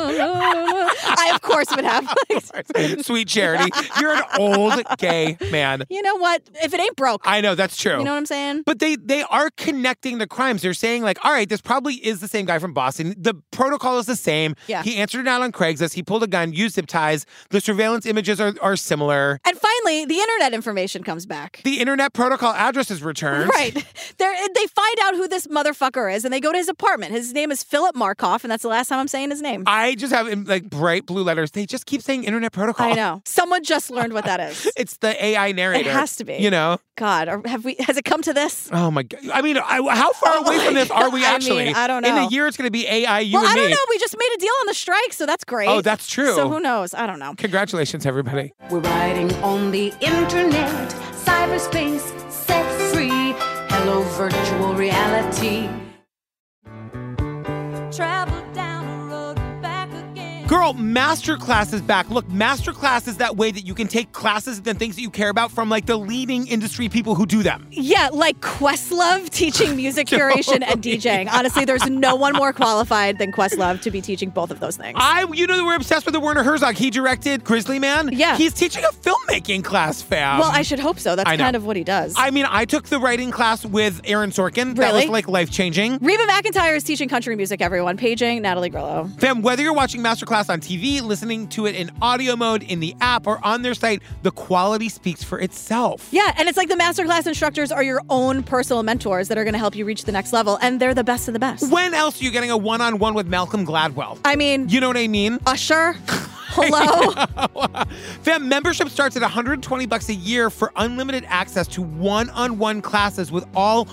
B: I of course would have. Like,
A: Sweet charity. You're an old gay man.
B: you know what? If it ain't broke,
A: I know that's true.
B: you know what I'm saying?
A: But they they are connecting the crimes. They're saying like, all right, this probably is the same guy from Boston. The protocol is the same.
B: Yeah.
A: He answered it out on Craigslist. He pulled a gun, used zip ties. The surveillance images are, are similar.
B: And finally, the internet information comes back.
A: The internet protocol address is returned.
B: Right. They're, they find out who this motherfucker is and they go to his apartment. His name is Philip Markoff, and that's the last time I'm saying his name.
A: I just have in, like bright blue letters. They just keep saying internet protocol.
B: I know. Someone just learned what that is.
A: It's the AI narrator.
B: has to be.
A: You know.
B: God, are, have we? Has it come to this?
A: Oh my god! I mean, I, how far
B: Oh
A: away
B: my
A: from this are we
B: God. I mean,
A: actually?
B: I don't
A: In
B: know.
A: a year, it's going to be AI. You
B: well,
A: and
B: I
A: me.
B: don't know. We just made a deal on the strike, so that's great.
A: Oh, that's true.
B: So who knows? I don't know.
A: Congratulations, everybody.
J: We're riding on the internet, cyberspace set free. Hello, virtual reality. Travel down the road back again.
A: Girl, Masterclass is back. Look, Masterclass is that way that you can take classes and things that you care about from like the leading industry people who do them.
B: Yeah, like Questlove teaching music curation and DJing. Honestly, there's no one more qualified than Questlove to be teaching both of those things.
A: I, you know, that we're obsessed with the Werner Herzog. He directed Grizzly Man.
B: Yeah.
A: He's teaching a filmmaking class, fam.
B: well, I should hope so. That's
A: I know.
B: kind of what he does.
A: I mean, I took the writing class with Aaron Sorkin. That was
B: Really?
A: like life changing.
B: Reba McIntyre is teaching country music, everyone. Paging Natalie Grillo.
A: Fam, whether you're watching Masterclass on TV, listening to it in audio mode in the app, or on their site, the quality speaks for itself.
B: Yeah, and it's like the masterclass instructors are your own personal mentors that are going to help you reach the next level, and they're the best of the best.
A: When else are you getting a one on one with Malcolm Gladwell?
B: I mean,
A: You know what I mean?
B: Usher, hello.
A: Fam, membership starts at 120 bucks a year for unlimited access to one-on-one classes with all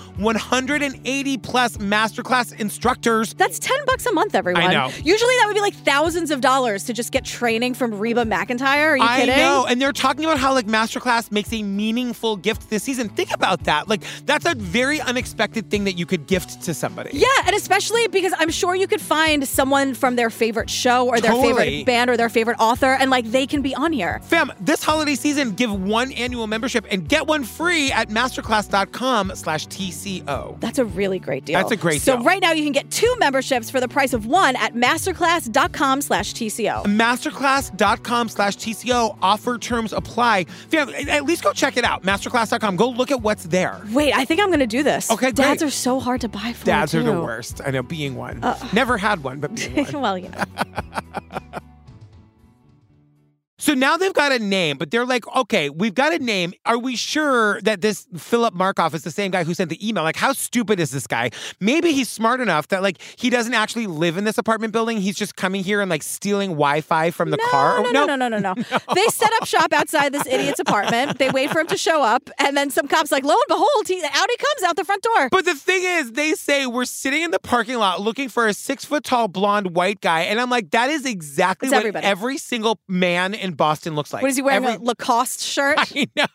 A: 180 plus masterclass instructors.
B: That's 10 bucks a month, everyone.
A: I know.
B: Usually that would be like thousands of dollars to just get training from Reba McIntyre. Are you
A: I
B: kidding?
A: know, and they're talking about how like masterclass makes a meaningful gift this season. Think about that. Like that's a very unexpected thing that you could gift to somebody.
B: Yeah, and especially because I'm sure you could find someone from their favorite show or their
A: Totally.
B: favorite band or their favorite author, and like they can be on here.
A: Fam, this holiday season, give one annual membership and get one free at masterclass.com slash TCO.
B: That's a really great deal.
A: That's a great
B: so
A: deal.
B: right now you can get two memberships for the price of one at masterclass.com slash TCO.
A: masterclass.com slash TCO. Offer terms apply. Fam, at least go check it out. Masterclass.com. Go look at what's there.
B: Wait, I think I'm gonna do this.
A: Okay, great.
B: Dads are so hard to buy for.
A: Dads are the
B: too.
A: worst. I know, being one.
B: Uh.
A: Never had one, but being one.
B: well, you know.
A: So now they've got a name, but they're like, okay, we've got a name. Are we sure that this Philip Markov is the same guy who sent the email? Like, how stupid is this guy? Maybe he's smart enough that, like, he doesn't actually live in this apartment building. He's just coming here and, like, stealing Wi Fi from the car.
B: No, no, no, no, no, no. They set up shop outside this idiot's apartment. They wait for him to show up, and then some cops like, lo and behold, he out he comes out the front door.
A: But the thing is, they say we're sitting in the parking lot looking for a six foot tall blonde white guy. And I'm like, that is exactly
B: It's
A: what
B: everybody.
A: every single man in Boston looks like.
B: what is he wearing?
A: Every-
B: a Lacoste shirt.
A: I know.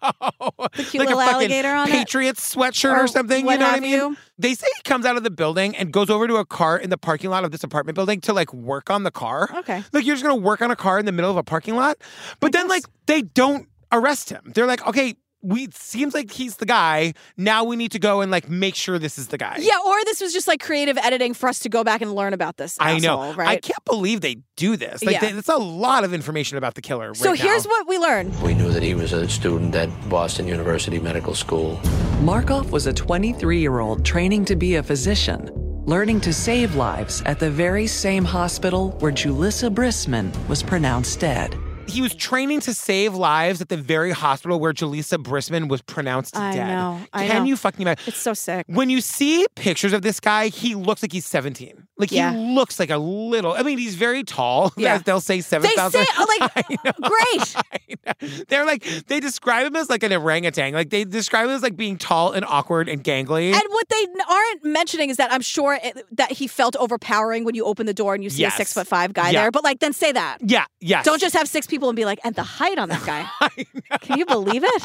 A: The
B: cute little alligator on it?
A: Patriots sweatshirt or,
B: Or
A: something.
B: what
A: you know what I
B: have
A: mean?
B: you.
A: They say he comes out of the building and goes over to a car in the parking lot of this apartment building to like work on the car.
B: Okay.
A: Like you're just gonna work on a car in the middle of a parking lot. But then like they don't arrest him. They're like, okay, we it seems like he's the guy. Now we need to go and like make sure this is the guy.
B: Yeah, or this was just like creative editing for us to go back and learn about this.
A: I know.
B: asshole,
A: I
B: right?
A: can't believe they do this. Like,
B: Yeah.
A: they- that's a lot of information about the killer. Right
B: so here's
A: now.
B: what we learned.
I: We knew that he was a student at Boston University Medical School.
C: Markov was a 23 year old training to be a physician, learning to save lives at the very same hospital where Julissa Brisman was pronounced dead.
A: he was training to save lives at the very hospital where Jaleesa Brisman was pronounced
B: I
A: dead.
B: know, I
A: Can
B: know.
A: you fucking imagine?
B: It's so sick.
A: when you see pictures of this guy, he looks like he's 17. Like
B: Yeah.
A: he looks like a little. I mean, he's very tall.
B: Yeah.
A: They'll say
B: They uh
A: seven
B: say
A: thousand.
B: like great.
A: They're like they describe him as like an orangutan. Like they describe him as like being tall and awkward and gangly.
B: And what they n- aren't mentioning is that I'm sure it, that he felt overpowering when you open the door and you see
A: Yes.
B: a six foot five guy
A: Yeah.
B: there. But like, then say that.
A: yeah, yes.
B: Don't just have six people and be like, and the height on that guy. Can you believe it?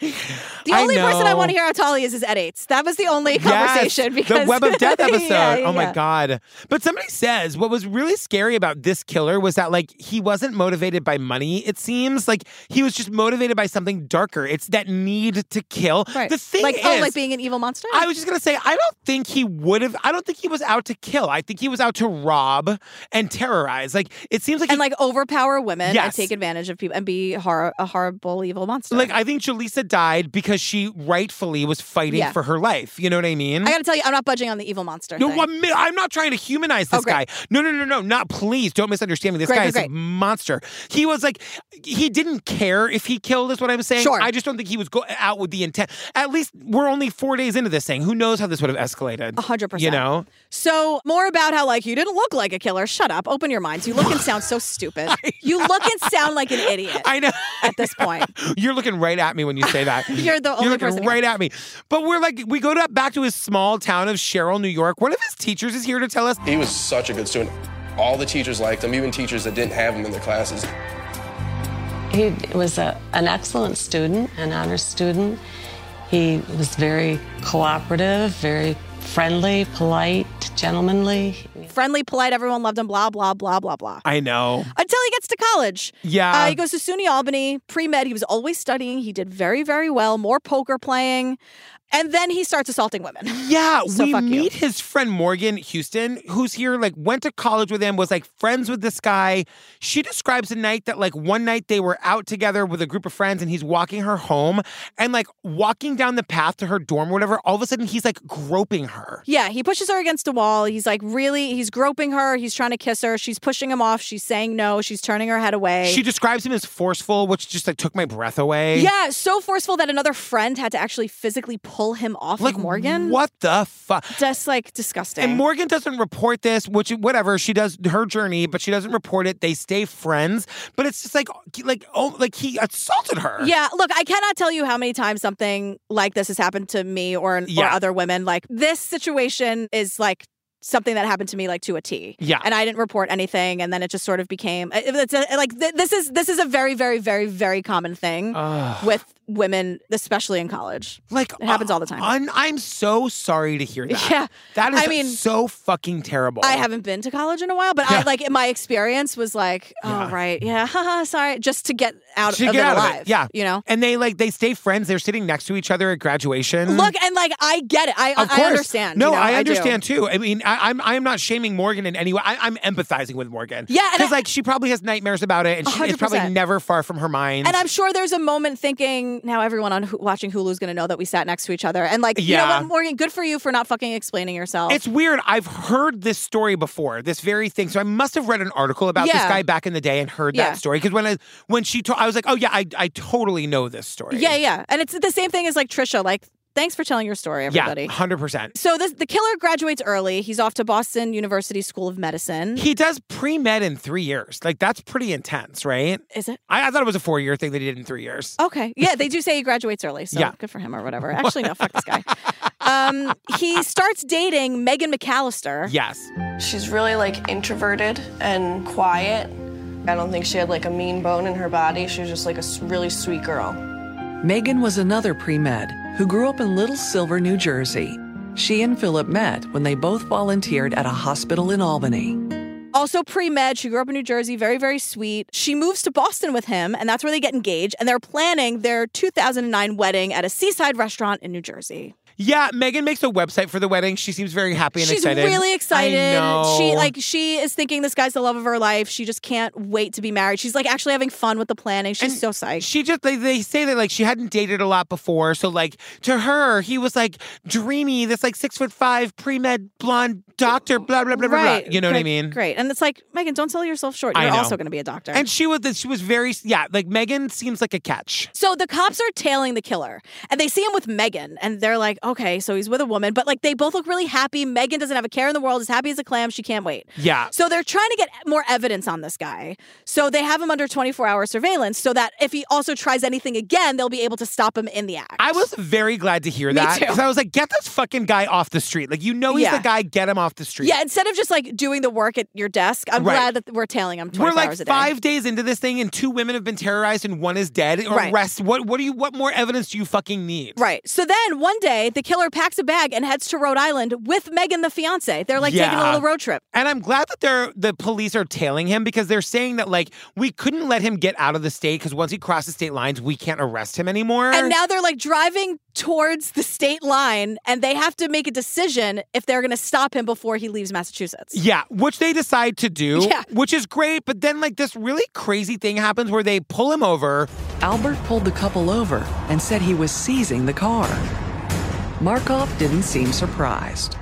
B: The
A: I
B: only person I
A: know.
B: want to hear how tall he is is Ed Eights. That was the only conversation
A: Yes,
B: because
A: the Web of Death episode.
B: Yeah,
A: oh my
B: yeah.
A: god! But somebody says what was really scary about this killer was that like he wasn't motivated by money. It seems like he was just motivated by something darker. It's that need to kill.
B: Right.
A: The thing
B: like
A: is,
B: oh, like being an evil monster.
A: I was just gonna say, I don't think he would have. I don't think he was out to kill. I think he was out to rob and terrorize. Like it seems like,
B: and
A: he-
B: like overpower women and
A: Yes.
B: take advantage of people and be hor- a horrible evil monster.
A: like I think Jaleesa died because she rightfully was fighting
B: Yeah.
A: for her life. You know what I mean?
B: I gotta tell you, I'm not budging on the evil monster.
A: No,
B: thing.
A: one mi- I'm not trying to humanize this guy. No, no, no, no, not please. Don't misunderstand me. This
B: Great,
A: guy
B: great,
A: is a
B: great.
A: monster. He was like, he didn't care if he killed, is what I'm saying.
B: Sure.
A: I just don't think he was go- out with the intent. At least we're only four days into this thing. Who knows how this would have escalated?
B: 100%.
A: You know?
B: So more about how like you didn't look like a killer. Shut up. Open your minds. You look and sound so stupid. You look and sound like an idiot.
A: I know.
B: At this point,
A: You're looking right at me when you say that.
B: You're the only
A: You're looking
B: person-
A: right at me. But we're like, we go to, back to his small town of Cheryl, New York. One of his teachers is here to tell us
L: He was such a good student. All the teachers liked him, even teachers that didn't have him in their classes.
M: He was a, an excellent student, an honor student. He was very cooperative, very friendly, polite, gentlemanly.
B: friendly, polite, everyone loved him. Blah blah blah blah blah.
A: I know.
B: Until he gets to college.
A: Yeah.
B: Uh, he goes to SUNY Albany, pre med. He was always studying. He did very, very well, more poker playing. And then he starts assaulting women.
A: Yeah,
B: So
A: we
B: fuck you.
A: meet his friend Morgan Houston, who's here, like went to college with him, was like friends with this guy. She describes a night that like one night they were out together with a group of friends and he's walking her home and like walking down the path to her dorm or whatever, all of a sudden he's like groping her.
B: Yeah, he pushes her against a wall. He's like, really, he's groping her. He's trying to kiss her. She's pushing him off. She's saying no. She's turning her head away.
A: She describes him as forceful, which just like took my breath away.
B: yeah, so forceful that another friend had to actually physically pull him off like, of Morgan.
A: What the fuck?
B: Just like disgusting.
A: And Morgan doesn't report this, which whatever she does her journey, but she doesn't report it. They stay friends, but it's just like like oh like he assaulted her.
B: Yeah, look, I cannot tell you how many times something like this has happened to me or, or
A: Yeah.
B: other women. Like this situation is like something that happened to me like to a T.
A: Yeah.
B: and I didn't report anything, and then it just sort of became it- it's a, like th- this is this is a very very very very common thing
A: Ugh.
B: with women, especially in college.
A: Like uh,
B: it happens all the time.
A: Un- I'm so sorry to hear that.
B: Yeah.
A: that is
B: I mean,
A: so fucking terrible.
B: I haven't been to college in a while, but I
A: Oh. Yeah.
B: like my experience was like, oh right, yeah, haha, sorry, just to get out
A: She
B: of
A: get
B: it
A: out
B: alive.
A: of it. Yeah,
B: you know.
A: And they like they stay friends. They're sitting next to each other at graduation.
B: Look, and like I get it. I
A: Of
B: I
A: course.
B: understand.
A: No,
B: you know,
A: I
B: do.
A: understand too. I mean, I, I'm I'm not shaming Morgan in any way. I, I'm empathizing with Morgan.
B: Yeah, and
A: because
B: I-
A: like she probably has nightmares about it, and she, it's probably
B: 100%.
A: never far from her mind.
B: And I'm sure there's a moment thinking now everyone on Hu- watching Hulu is going to know that we sat next to each other. And like, you know
A: Yeah.
B: what, Morgan, good for you for not fucking explaining yourself.
A: It's weird. I've heard this story before, this very thing. So I must have read an article about this
B: Yeah.
A: guy back in the day and heard
B: Yeah.
A: that story. Because when I when she told, I was like, oh yeah, I I totally know this story.
B: yeah, yeah. And it's the same thing as like Trisha. Like, thanks for telling your story, everybody.
A: yeah, hundred percent.
B: So this, the killer graduates early. He's off to Boston University School of Medicine.
A: He does pre med in three years. Like that's pretty intense, right?
B: Is Oh. it?
A: I, I thought it was a four year thing that he did in three years.
B: Okay. Yeah, they do say he graduates early, so
A: Yeah.
B: good for him or whatever. Actually, no, fuck this guy. Um, he starts dating Megan McAllister.
A: Yes.
N: She's really like introverted and quiet. I don't think she had like a mean bone in her body. She was just like a s- really sweet girl.
C: Megan was another pre med who grew up in Little Silver, New Jersey. She and Philip met when they both volunteered at a hospital in Albany.
B: also pre-med she grew up in new jersey very very sweet she moves to boston with him and that's where they get engaged and they're planning their 2009 wedding at a seaside restaurant in new jersey
A: Yeah, Megan makes a website for the wedding. She seems very happy and
B: she's
A: excited.
B: really
A: I
B: excited
A: know.
B: she like she is thinking this guy's the love of her life she just can't wait to be married she's like actually having fun with the planning she's so psyched
A: She just they, they say that like she hadn't dated a lot before, so like to her he was like dreamy, this like six foot five pre med blonde doctor, blah blah blah blah
B: right
A: blah. You know what I
B: great,
A: mean?
B: great and it's like megan don't sell yourself short
A: I
B: you're
A: know.
B: also going to be a doctor
A: And she was she was very yeah like Megan seems like a catch.
B: So the cops are tailing the killer and they see him with Megan and they're like, okay, so he's with a woman, but like they both look really happy. Megan doesn't have a care in the world, is happy as a clam. She can't wait.
A: Yeah.
B: So they're trying to get more evidence on this guy. So they have him under 24 hour surveillance so that if he also tries anything again, they'll be able to stop him in the act.
A: I was very glad to hear that
B: too.
A: because I was like, get this fucking guy off the street. Like you know he's
B: Yeah.
A: the guy. Get him off the street.
B: Yeah, instead of just like doing the work at your desk, I'm
A: Right.
B: glad that we're tailing him 24
A: We're like
B: hours a day.
A: five days into this thing, and two women have been terrorized, and one is dead. Or
B: Right.
A: arrest. What? What do you? What more evidence do you fucking need?
B: Right. So then one day, the killer packs a bag and heads to Rhode Island with Megan, the fiance. They're like taking a
A: Yeah.
B: little road trip.
A: And I'm glad that they're the police are tailing him because they're saying that like we couldn't let him get out of the state because once he crosses state lines, we can't arrest him anymore.
B: And now they're like driving towards the state line and they have to make a decision if they're going to stop him before he leaves Massachusetts.
A: Yeah, which they decide to do,
B: Yeah.
A: which is great. But then, like, this really crazy thing happens where they pull him over.
C: Albert pulled the couple over and said he was seizing the car. Markov didn't seem surprised.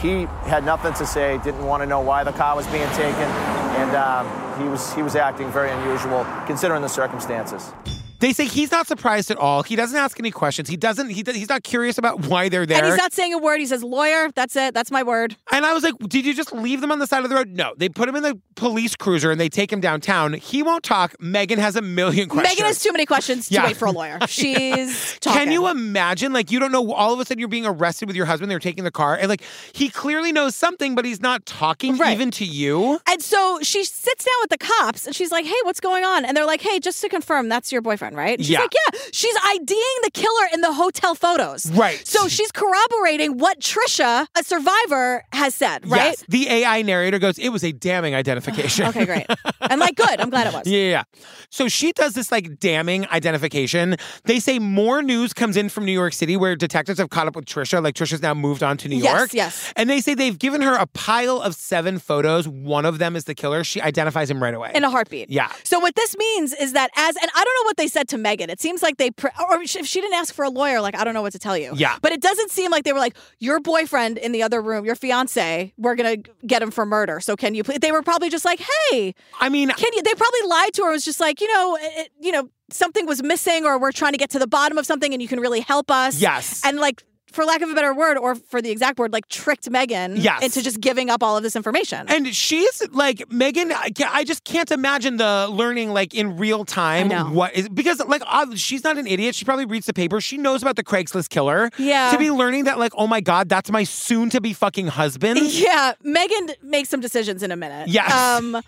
O: He had nothing to say, didn't want to know why the car was being taken, and um, he, was, he was acting very unusual considering the circumstances.
A: They say he's not surprised at all. He doesn't ask any questions. He doesn't. He, do- he's not curious about why they're there.
B: And he's not saying a word. He says, lawyer, that's it. That's my word.
A: And I was like, did you just leave them on the side of the road? No, they put him in the police cruiser and they take him downtown. He won't talk. Megan has a million questions.
B: Megan has too many questions to
A: Yeah.
B: wait for a lawyer. She's talking.
A: Can you imagine? Like, you don't know. All of a sudden, you're being arrested with your husband. They're taking the car, and like, he clearly knows something, but he's not talking even to you.
B: And so she sits down with the cops and she's like, hey, what's going on? And they're like, hey, just to confirm, that's your boyfriend, right? And she's
A: Yeah.
B: like, yeah. She's IDing the killer in the hotel photos.
A: Right.
B: So she's corroborating what Trisha, a survivor, has said, right?
A: Yes. The AI narrator goes, it was a damning identification.
B: Okay, great. And like, good. I'm glad it was.
A: Yeah, yeah, yeah. So she does this like damning identification. They say more news comes in from New York City where detectives have caught up with Trisha. Like Trisha's now moved on to New
B: Yes,
A: York.
B: yes.
A: And they say they've given her a pile of seven photos. One of them is the killer. She identifies him right away.
B: In a heartbeat.
A: Yeah.
B: So what this means is that as and I don't know what they said to Megan. It seems like they pr- or if she didn't ask for a lawyer, like I don't know what to tell you.
A: Yeah.
B: But it doesn't seem like they were like your boyfriend in the other room, your fiance. We're gonna get him for murder. So can you? Please? They were probably just like, hey.
A: I mean,
B: can you? They probably lied to her. It was just like you know, it, you know, something was missing, or we're trying to get to the bottom of something, and you can really help us.
A: Yes.
B: And like. For lack of a better word, or for the exact word, like tricked Megan
A: Yes.
B: into just giving up all of this information.
A: And she's like Megan. I ca- I just can't imagine the learning like in real time.
B: know.
A: What is because like ob- she's not an idiot. She probably reads the paper. She knows about the Craigslist killer.
B: Yeah.
A: To be learning that like oh my god that's my soon to be fucking husband.
B: Yeah, Megan makes some decisions in a minute.
A: Yes.
B: Um,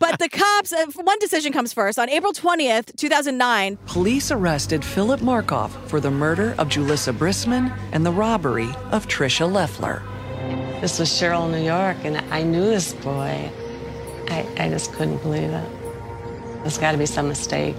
B: But the cops, uh, one decision comes first. On April 20th, 2009,
C: Police arrested Philip Markov for the murder of Julissa Brisman and the robbery of Trisha Leffler.
M: This was Cheryl, New York, and I knew this boy. I, I just couldn't believe it. There's got to be some mistake.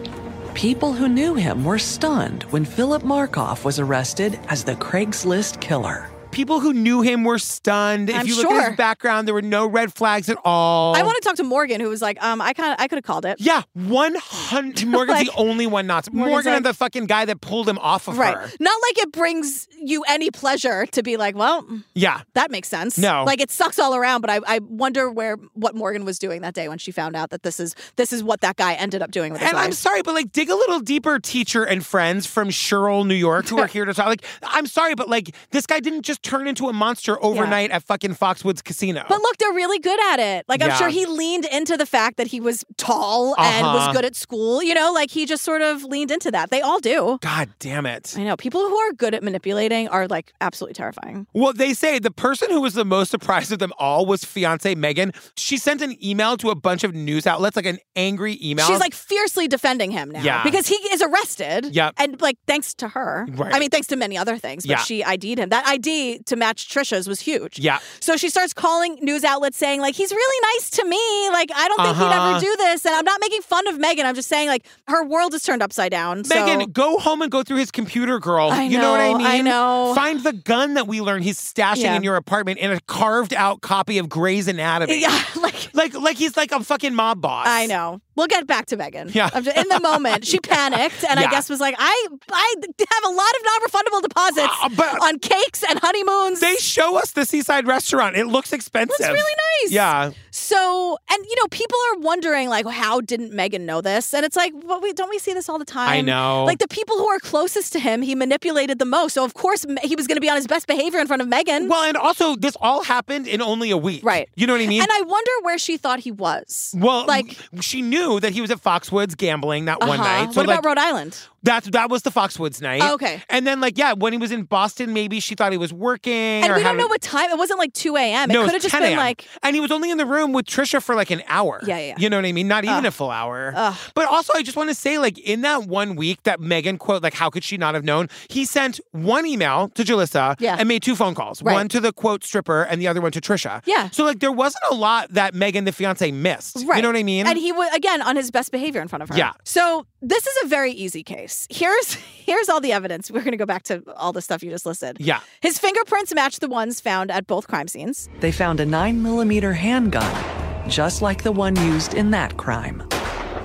C: People who knew him were stunned when Philip Markov was arrested as the Craigslist killer.
A: People who knew him were stunned.
B: I'm
A: if you look at
B: sure.
A: his background, there were no red flags at all.
B: I want to talk to Morgan, who was like, um, I kind of, I could have called it.
A: Yeah, one hundred. Morgan's
B: Like-
A: the only one not. to-
B: Morgan's
A: Morgan and
B: like-
A: the fucking guy that pulled him off of
B: Right.
A: her.
B: Not like it brings you any pleasure to be like, well,
A: Yeah.
B: that makes sense.
A: No.
B: Like it sucks all around, but I, I wonder where what Morgan was doing that day when she found out that this is this is what that guy ended up doing with his
A: And
B: life.
A: I'm sorry, but like, dig a little deeper, teacher and friends from Sherrill, New York, who are here to talk. Like, I'm sorry, but like, this guy didn't just turn into a monster overnight at fucking Foxwoods Casino.
B: But look, they're really good at it. Like I'm
A: Yeah.
B: sure he leaned into the fact that he was tall and
A: Uh-huh.
B: was good at school. You know, like he just sort of leaned into that. They all do.
A: God damn it.
B: I know people who are good at manipulating are like absolutely terrifying.
A: Well, they say the person who was the most surprised of them all was fiance Megan. She sent an email to a bunch of news outlets, like an angry email.
B: She's like fiercely defending him now
A: Yeah.
B: because he is arrested.
A: Yep.
B: And like thanks to her.
A: Right.
B: I mean, thanks to many other things, but
A: Yeah.
B: she ID'd him. That ID to match Trisha's was huge.
A: Yeah.
B: So she starts calling news outlets saying, like, he's really nice to me. Like, I don't think he'd
A: Uh-huh.
B: ever do this. And I'm not making fun of Megan. I'm just saying, like, her world is turned upside down.
A: Megan,
B: so.
A: go home and go through his computer, girl.
B: I
A: you know, what I
B: know,
A: mean?
B: I know.
A: Find the gun that we learned he's stashing
B: Yeah.
A: in your apartment in a carved out copy of Grey's Anatomy.
B: Yeah, like,
A: like, like he's like a fucking mob boss.
B: I know. We'll get back to Megan.
A: Yeah.
B: I'm just, in the moment, she panicked, and I
A: Yeah.
B: guess was like, I I have a lot of non-refundable deposits
A: Ah,
B: on cakes and honeymoons.
A: They show us the seaside restaurant. It looks expensive.
B: Looks really nice.
A: Yeah.
B: So, and you know, people are wondering like, how didn't Megan know this? And it's like, well, we don't we see this all the time?
A: I know.
B: Like the people who are closest to him, he manipulated the most. So of course Me- he was going to be on his best behavior in front of Megan.
A: Well, and also this all happened in only a week. Right. You know what I mean?
B: and I wonder where she thought he was.
A: well,
B: like-
A: like she knew that he was at Foxwoods gambling that one
B: Uh-huh.
A: night. So
B: what
A: like,
B: about Rhode Island?
A: That that was the Foxwoods night.
B: Oh, okay.
A: And then like yeah, when he was in Boston, maybe she thought he was working.
B: And
A: or
B: we
A: had
B: don't
A: a-
B: know what time. It wasn't like 2 a.m.
A: No,
B: it
A: was
B: could have just
A: 10
B: been
A: a.m..
B: like,
A: and he was only in the room with Trisha for like an hour.
B: Yeah, yeah, yeah.
A: You know what I mean? Not even
B: Ugh.
A: a full hour.
B: Ugh.
A: But also, I just want to say, like, in that one week that Megan quote, like, how could she not have known? He sent one email to Jalissa
B: Yeah.
A: and made two phone calls,
B: Right.
A: one to the quote stripper and the other one to Trisha.
B: Yeah.
A: So like, there wasn't a lot that Megan the fiance missed.
B: Right.
A: You know what I mean?
B: And he was again on his best behavior in front of her.
A: Yeah.
B: So this is a very easy case. Here's here's all the evidence. We're gonna go back to all the stuff you just listed.
C: Yeah.
B: His fingerprints match the ones found at both crime scenes.
C: They found a 9mm handgun, just like the one used in that crime.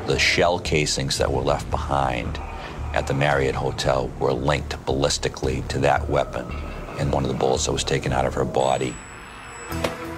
G: The shell casings that were left behind at the Marriott Hotel were linked ballistically to that weapon and one of the bullets that was taken out of her body.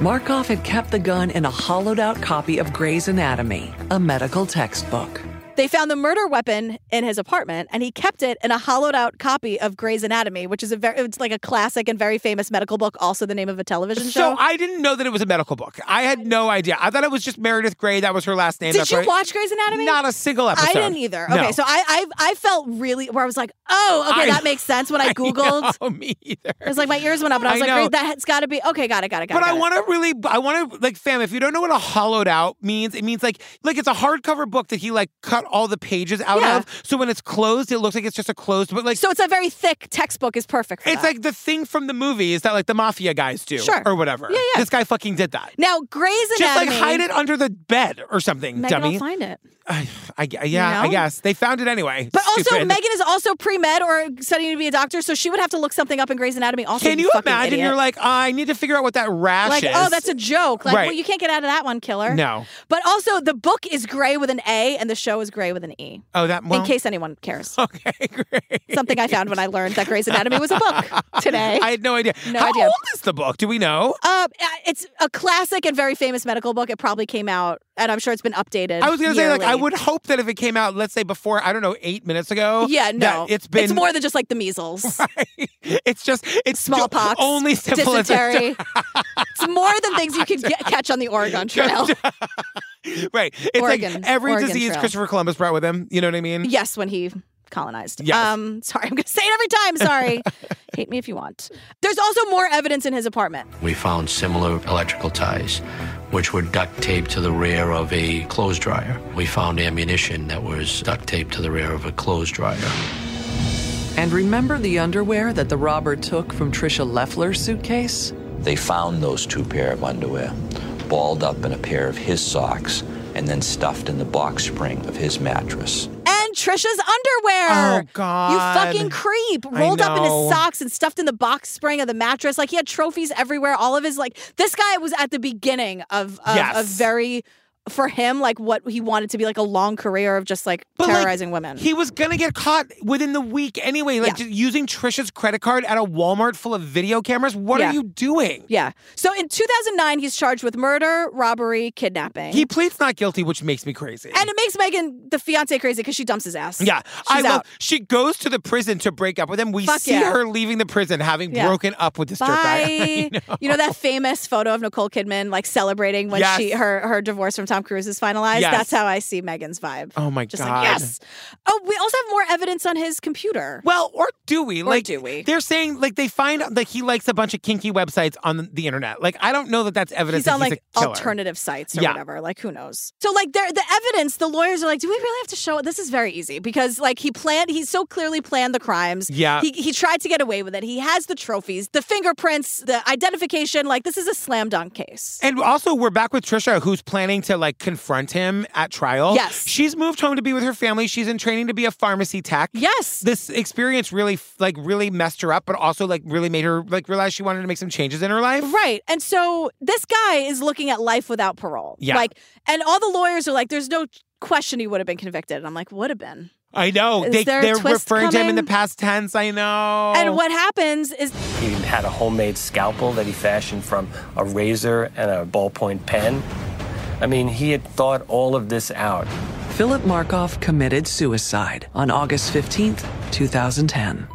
C: Markov had kept the gun in a hollowed out copy of Grey's Anatomy, a medical textbook.
B: They found the murder weapon in his apartment, and he kept it in a hollowed out copy of Grey's Anatomy, which is a very it's like a classic and very famous medical book, also the name of a television
A: so
B: show.
A: I didn't know that it was a medical book. I had no idea. I thought it was just Meredith Grey. That was her last name.
B: Did
A: That's
B: you
A: right.
B: watch Grey's Anatomy?
A: Not a single episode.
B: I didn't either.
A: No.
B: Okay, so I, I I felt really where I was like, oh, okay,
A: I-
B: that makes sense. When I googled,
A: know, Oh, me either.
B: It was like my ears went up, and I was
A: I
B: like,
A: know.
B: "That's got to be okay. Got it. Got it. Got it."
A: But I
B: got it."
A: want to really, I want to like, fam. If you don't know what a hollowed out means, it means like, like it's a hardcover book that he like cut all the pages out
B: Yeah.
A: of. So when it's closed, it looks like it's just a closed. But like,
B: So it's a very thick textbook. Is perfect. For
A: it's
B: that.
A: like the thing from the movies that like the mafia guys do,
B: Sure.
A: or whatever.
B: Yeah, yeah.
A: This guy fucking did that.
B: now Grey's Anatomy.
A: Just like hide it under the bed or something,
B: Megan
A: dummy.
B: will find it.
A: I, I- yeah,
B: You
A: I
B: know?
A: guess they found it anyway.
B: But also,
A: Stupid.
B: Megan is also pre med or studying to be a doctor, so she would have to look something up in Grey's Anatomy. Also,
A: Can you
B: fucking
A: imagine?
B: idiot.
A: You're like, "Oh, I need to figure out what that rash
B: Like,
A: is.
B: oh, that's a joke. Like,
A: Right.
B: well, you can't get out of that one, killer.
A: No.
B: But also, the book is Grey with an A, and the show is Grey with an E.
A: Oh, that. Well,
B: in case anyone cares.
A: Okay, great.
B: Something I found when I learned that Grey's Anatomy was a book today.
A: I had no idea.
B: No
A: How
B: idea.
A: old is the book? Do we know?
B: Uh, it's a classic and very famous medical book. It probably came out, and I'm sure it's been updated.
A: I was gonna say, like, I
B: yearly.
A: would hope that if it came out, let's say before, I don't know, eight minutes ago.
B: Yeah,
A: that
B: no,
A: it's been.
B: It's more than just like the measles,
A: It's just it's still
B: smallpox,
A: Only simple as that.
B: dysentery. it's more than things you could get, catch on the Oregon Trail.
A: right. It's
B: Oregon-
A: like every
B: Oregon
A: disease
B: Trail.
A: Christopher Columbus brought with him. You know what I mean?
B: yes, when he colonized.
A: Yes.
B: Um, sorry, I'm gonna say it every time. Sorry, hate me if you want. There's also more evidence in his apartment.
I: We found similar electrical ties, which were duct taped to the rear of a clothes dryer. We found ammunition that was duct taped to the rear of a clothes dryer.
C: And remember the underwear that the robber took from Trisha Leffler's suitcase?
G: They found those two pair of underwear, balled up in a pair of his socks, and then stuffed in the box spring of his mattress.
B: And Trisha's underwear.
G: Oh, God.
B: You fucking creep!
G: I
B: Rolled up in his
G: know.
B: socks and stuffed in the box spring of the mattress. Like he had trophies everywhere. All of his like this guy was at the beginning of, of
A: Yes.
B: a very for him like what he wanted to be like a long career of just like
A: But, like,
B: terrorizing women.
A: He was gonna get caught within the week anyway. Like just using Trisha's credit card at a Walmart full of video cameras. What
B: Yeah.
A: are you doing?
B: yeah. So in 2009, he's charged with murder, robbery, kidnapping.
A: He pleads not guilty, which makes me crazy.
B: and it makes Megan the fiance crazy because she dumps his ass.
A: Yeah, I
B: She's
A: love.
B: out.
A: She goes to the prison to break up with him. We
B: Fuck
A: see
B: yeah.
A: her leaving the prison, having
B: Yeah.
A: broken up with this
B: Bye.
A: dirtbag. I know.
B: You know that famous photo of Nicole Kidman like celebrating when
A: Yes.
B: she her her divorce from Tom Cruise is finalized.
A: Yes.
B: That's how I see Megan's vibe.
A: Oh my
B: Just
A: god!
B: like yes. Oh, we also have more evidence on his computer.
A: Well, or do we?
B: Or
A: like,
B: do we?
A: They're saying like they find out that he likes a bunch of kinky websites on the internet. Like, I don't know that that's evidence.
B: he's on
A: that
B: like
A: a killer.
B: alternative sites or
A: Yeah.
B: whatever. Like who knows? So like there the evidence, the lawyers are like, do we really have to show it? This is very easy because like he planned he so clearly planned the crimes.
A: Yeah.
B: He he tried to get away with it. He has the trophies, the fingerprints, the identification. Like this is a slam dunk case.
A: And also, we're back with Trisha, who's planning to like confront him at trial.
B: Yes.
A: she's moved home to be with her family. She's in training to be a pharmacy tech.
B: Yes,
A: this experience really like really messed her up, but also like really made her like realize she wanted to make some changes in her life.
B: Right. And so this guy is looking at life without parole.
A: Yeah.
B: Like, and all the lawyers are like, there's no question he would have been convicted. And I'm like, would have been.
A: I know
B: Is
A: they,
B: there a
A: they're
B: twist
A: referring to him in the
B: coming?
A: past tense. I know.
B: And what happens is
E: He had a homemade scalpel that he fashioned from a razor and a ballpoint pen.
G: I mean, he had thought all of this out.
C: Philip Markov committed suicide on August 15, 2010.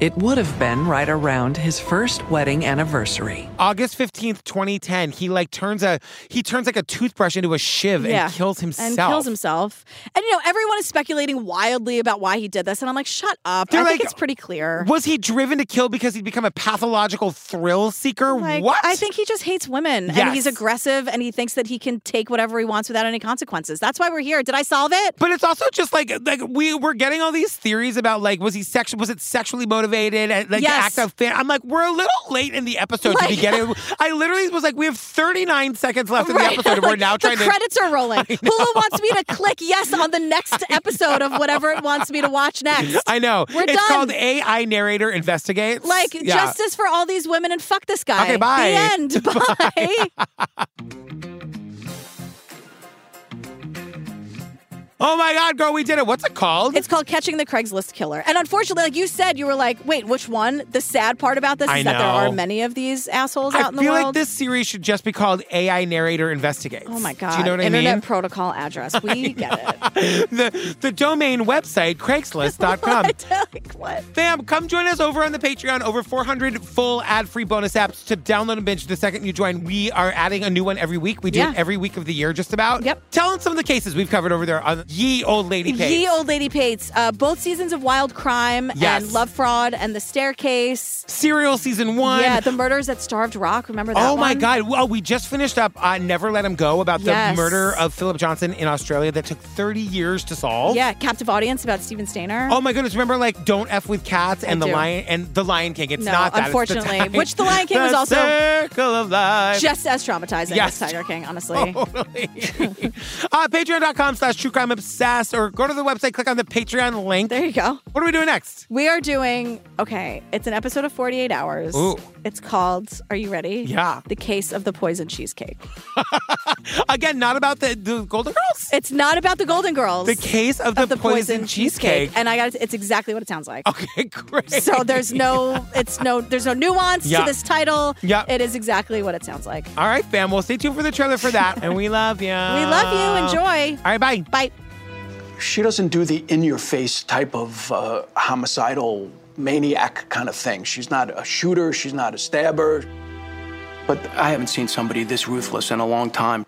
C: It would have been right around his first wedding anniversary.
A: August 15th, 2010, he like turns a he turns like a toothbrush into a shiv and kills himself.
B: And kills himself. And you know, everyone is speculating wildly about why he did this, and I'm like, shut up.
A: They're
B: I
A: like,
B: think it's pretty clear.
A: Was he driven to kill because he'd become a pathological thrill seeker?
B: Like,
A: what?
B: I think he just hates women, and
A: Yes.
B: he's aggressive, and he thinks that he can take whatever he wants without any consequences. That's why we're here. Did I solve it?
A: But it's also just like like we we're getting all these theories about like was he sexual was it sexually motivated and like
B: Yes.
A: the act of fan. I'm like we're a little late in the episode to
B: Like-
A: be getting. I literally was like we have 39 seconds left in the
B: Right.
A: episode and we're
B: Like,
A: now
B: the
A: trying to
B: credits are rolling. Hulu wants me to click yes on the next episode of whatever it wants me to watch next.
A: I know
B: We're
A: it's
B: done.
A: called AI narrator investigates.
B: Like
A: Yeah.
B: justice for all these women and fuck this guy.
A: Okay, bye.
B: The end. Bye.
A: Oh my God, girl, we did it. What's it called?
B: It's called Catching the Craigslist Killer. And unfortunately, like you said, you were like, wait, which one? The sad part about this
A: I
B: is that there are
A: know.
B: many of these assholes
A: I
B: out in the
A: feel
B: world.
A: like this series should just be called AI narrator investigates.
B: oh my god.
A: Do you know what
B: Internet
A: I mean?
B: protocol address. We get it.
A: the the domain website craigslist.com
B: like what
A: fam come join us over on the patreon over 400 full ad-free bonus apps to download and binge the second you join we are adding a new one every week we do
B: Yeah.
A: it every week of the year just about yep tell them some of the cases we've covered over there on ye old lady page
B: Ye Old Lady Pates. Uh, both seasons of Wild Crime
A: Yes.
B: and Love Fraud and The Staircase.
A: serial season one
B: Yeah, The Murders at Starved Rock. Remember that
A: Oh my
B: one?
A: God! Well, we just finished up uh, "Never Let Him Go" about the
B: Yes.
A: murder of Philip Johnson in Australia that took 30 years to solve.
B: Yeah, Captive Audience about Steven Stainer.
A: Oh my goodness! Remember, like, don't f with cats and the
B: I do.
A: lion and the Lion King. It's
B: No,
A: not that.
B: unfortunately, which The Lion King was
A: is
B: also
A: circle of life.
B: Just as traumatizing
A: Yes. Oh.
B: as Tiger King, honestly.
A: uh, Patreon.com slash True Crime Obsessed, or go to the website, click on the Patreon link. There
B: you go.
A: What are we doing next?
B: We are doing, okay, it's an episode of 48 Hours.
A: Ooh.
B: It's called, are you ready?
A: Yeah.
B: The Case of the Poison Cheesecake.
A: Again, not about the, the Golden Girls.
B: It's not about the Golden Girls.
A: The case of the, poison, cheesecake.
B: And I got it's exactly what it sounds like.
A: Okay, great.
B: So there's no it's no there's no nuance
A: Yeah.
B: to this title.
A: Yeah.
B: It is exactly what it sounds like.
A: All right, fam. Well, stay tuned for the trailer for that. and we love you. We
B: We love you. Enjoy.
A: All right, bye.
B: Bye.
H: She doesn't do the in your face type of uh, homicidal maniac kind of thing. She's not a shooter, she's not a stabber. But I haven't seen somebody this ruthless in a long time.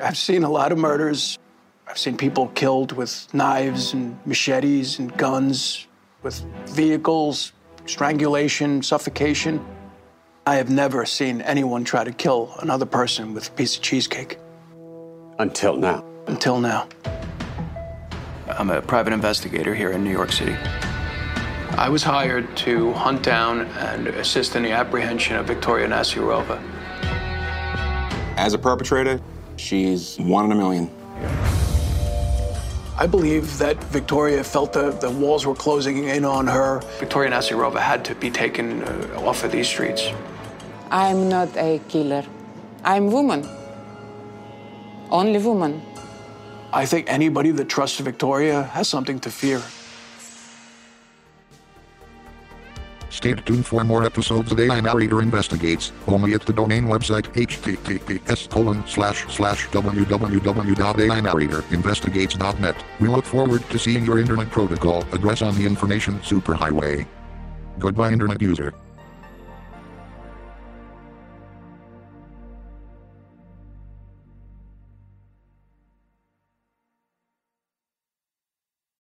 H: I've seen a lot of murders. I've seen people killed with knives and machetes and guns, with vehicles, strangulation, suffocation. I have never seen anyone try to kill another person with a piece of cheesecake
K: Until now.
H: until now. I'm a private investigator here in New York City. I was hired to hunt down and assist in the apprehension of Victoria Nasyarova.
P: As a perpetrator, she's one in a million.
H: I believe that Victoria felt the, the walls were closing in on her. Victoria Nasyarova had to be taken uh, off of these streets.
Q: I'm not a killer. I'm woman. Only woman.
H: I think anybody that trusts Victoria has something to fear.
I: Stay tuned for more episodes of AI Narrator Investigates, only at the domain website https colon slash slash www.ainarratorinvestigates.net. We look forward to seeing your internet protocol address on the information superhighway. Goodbye internet user.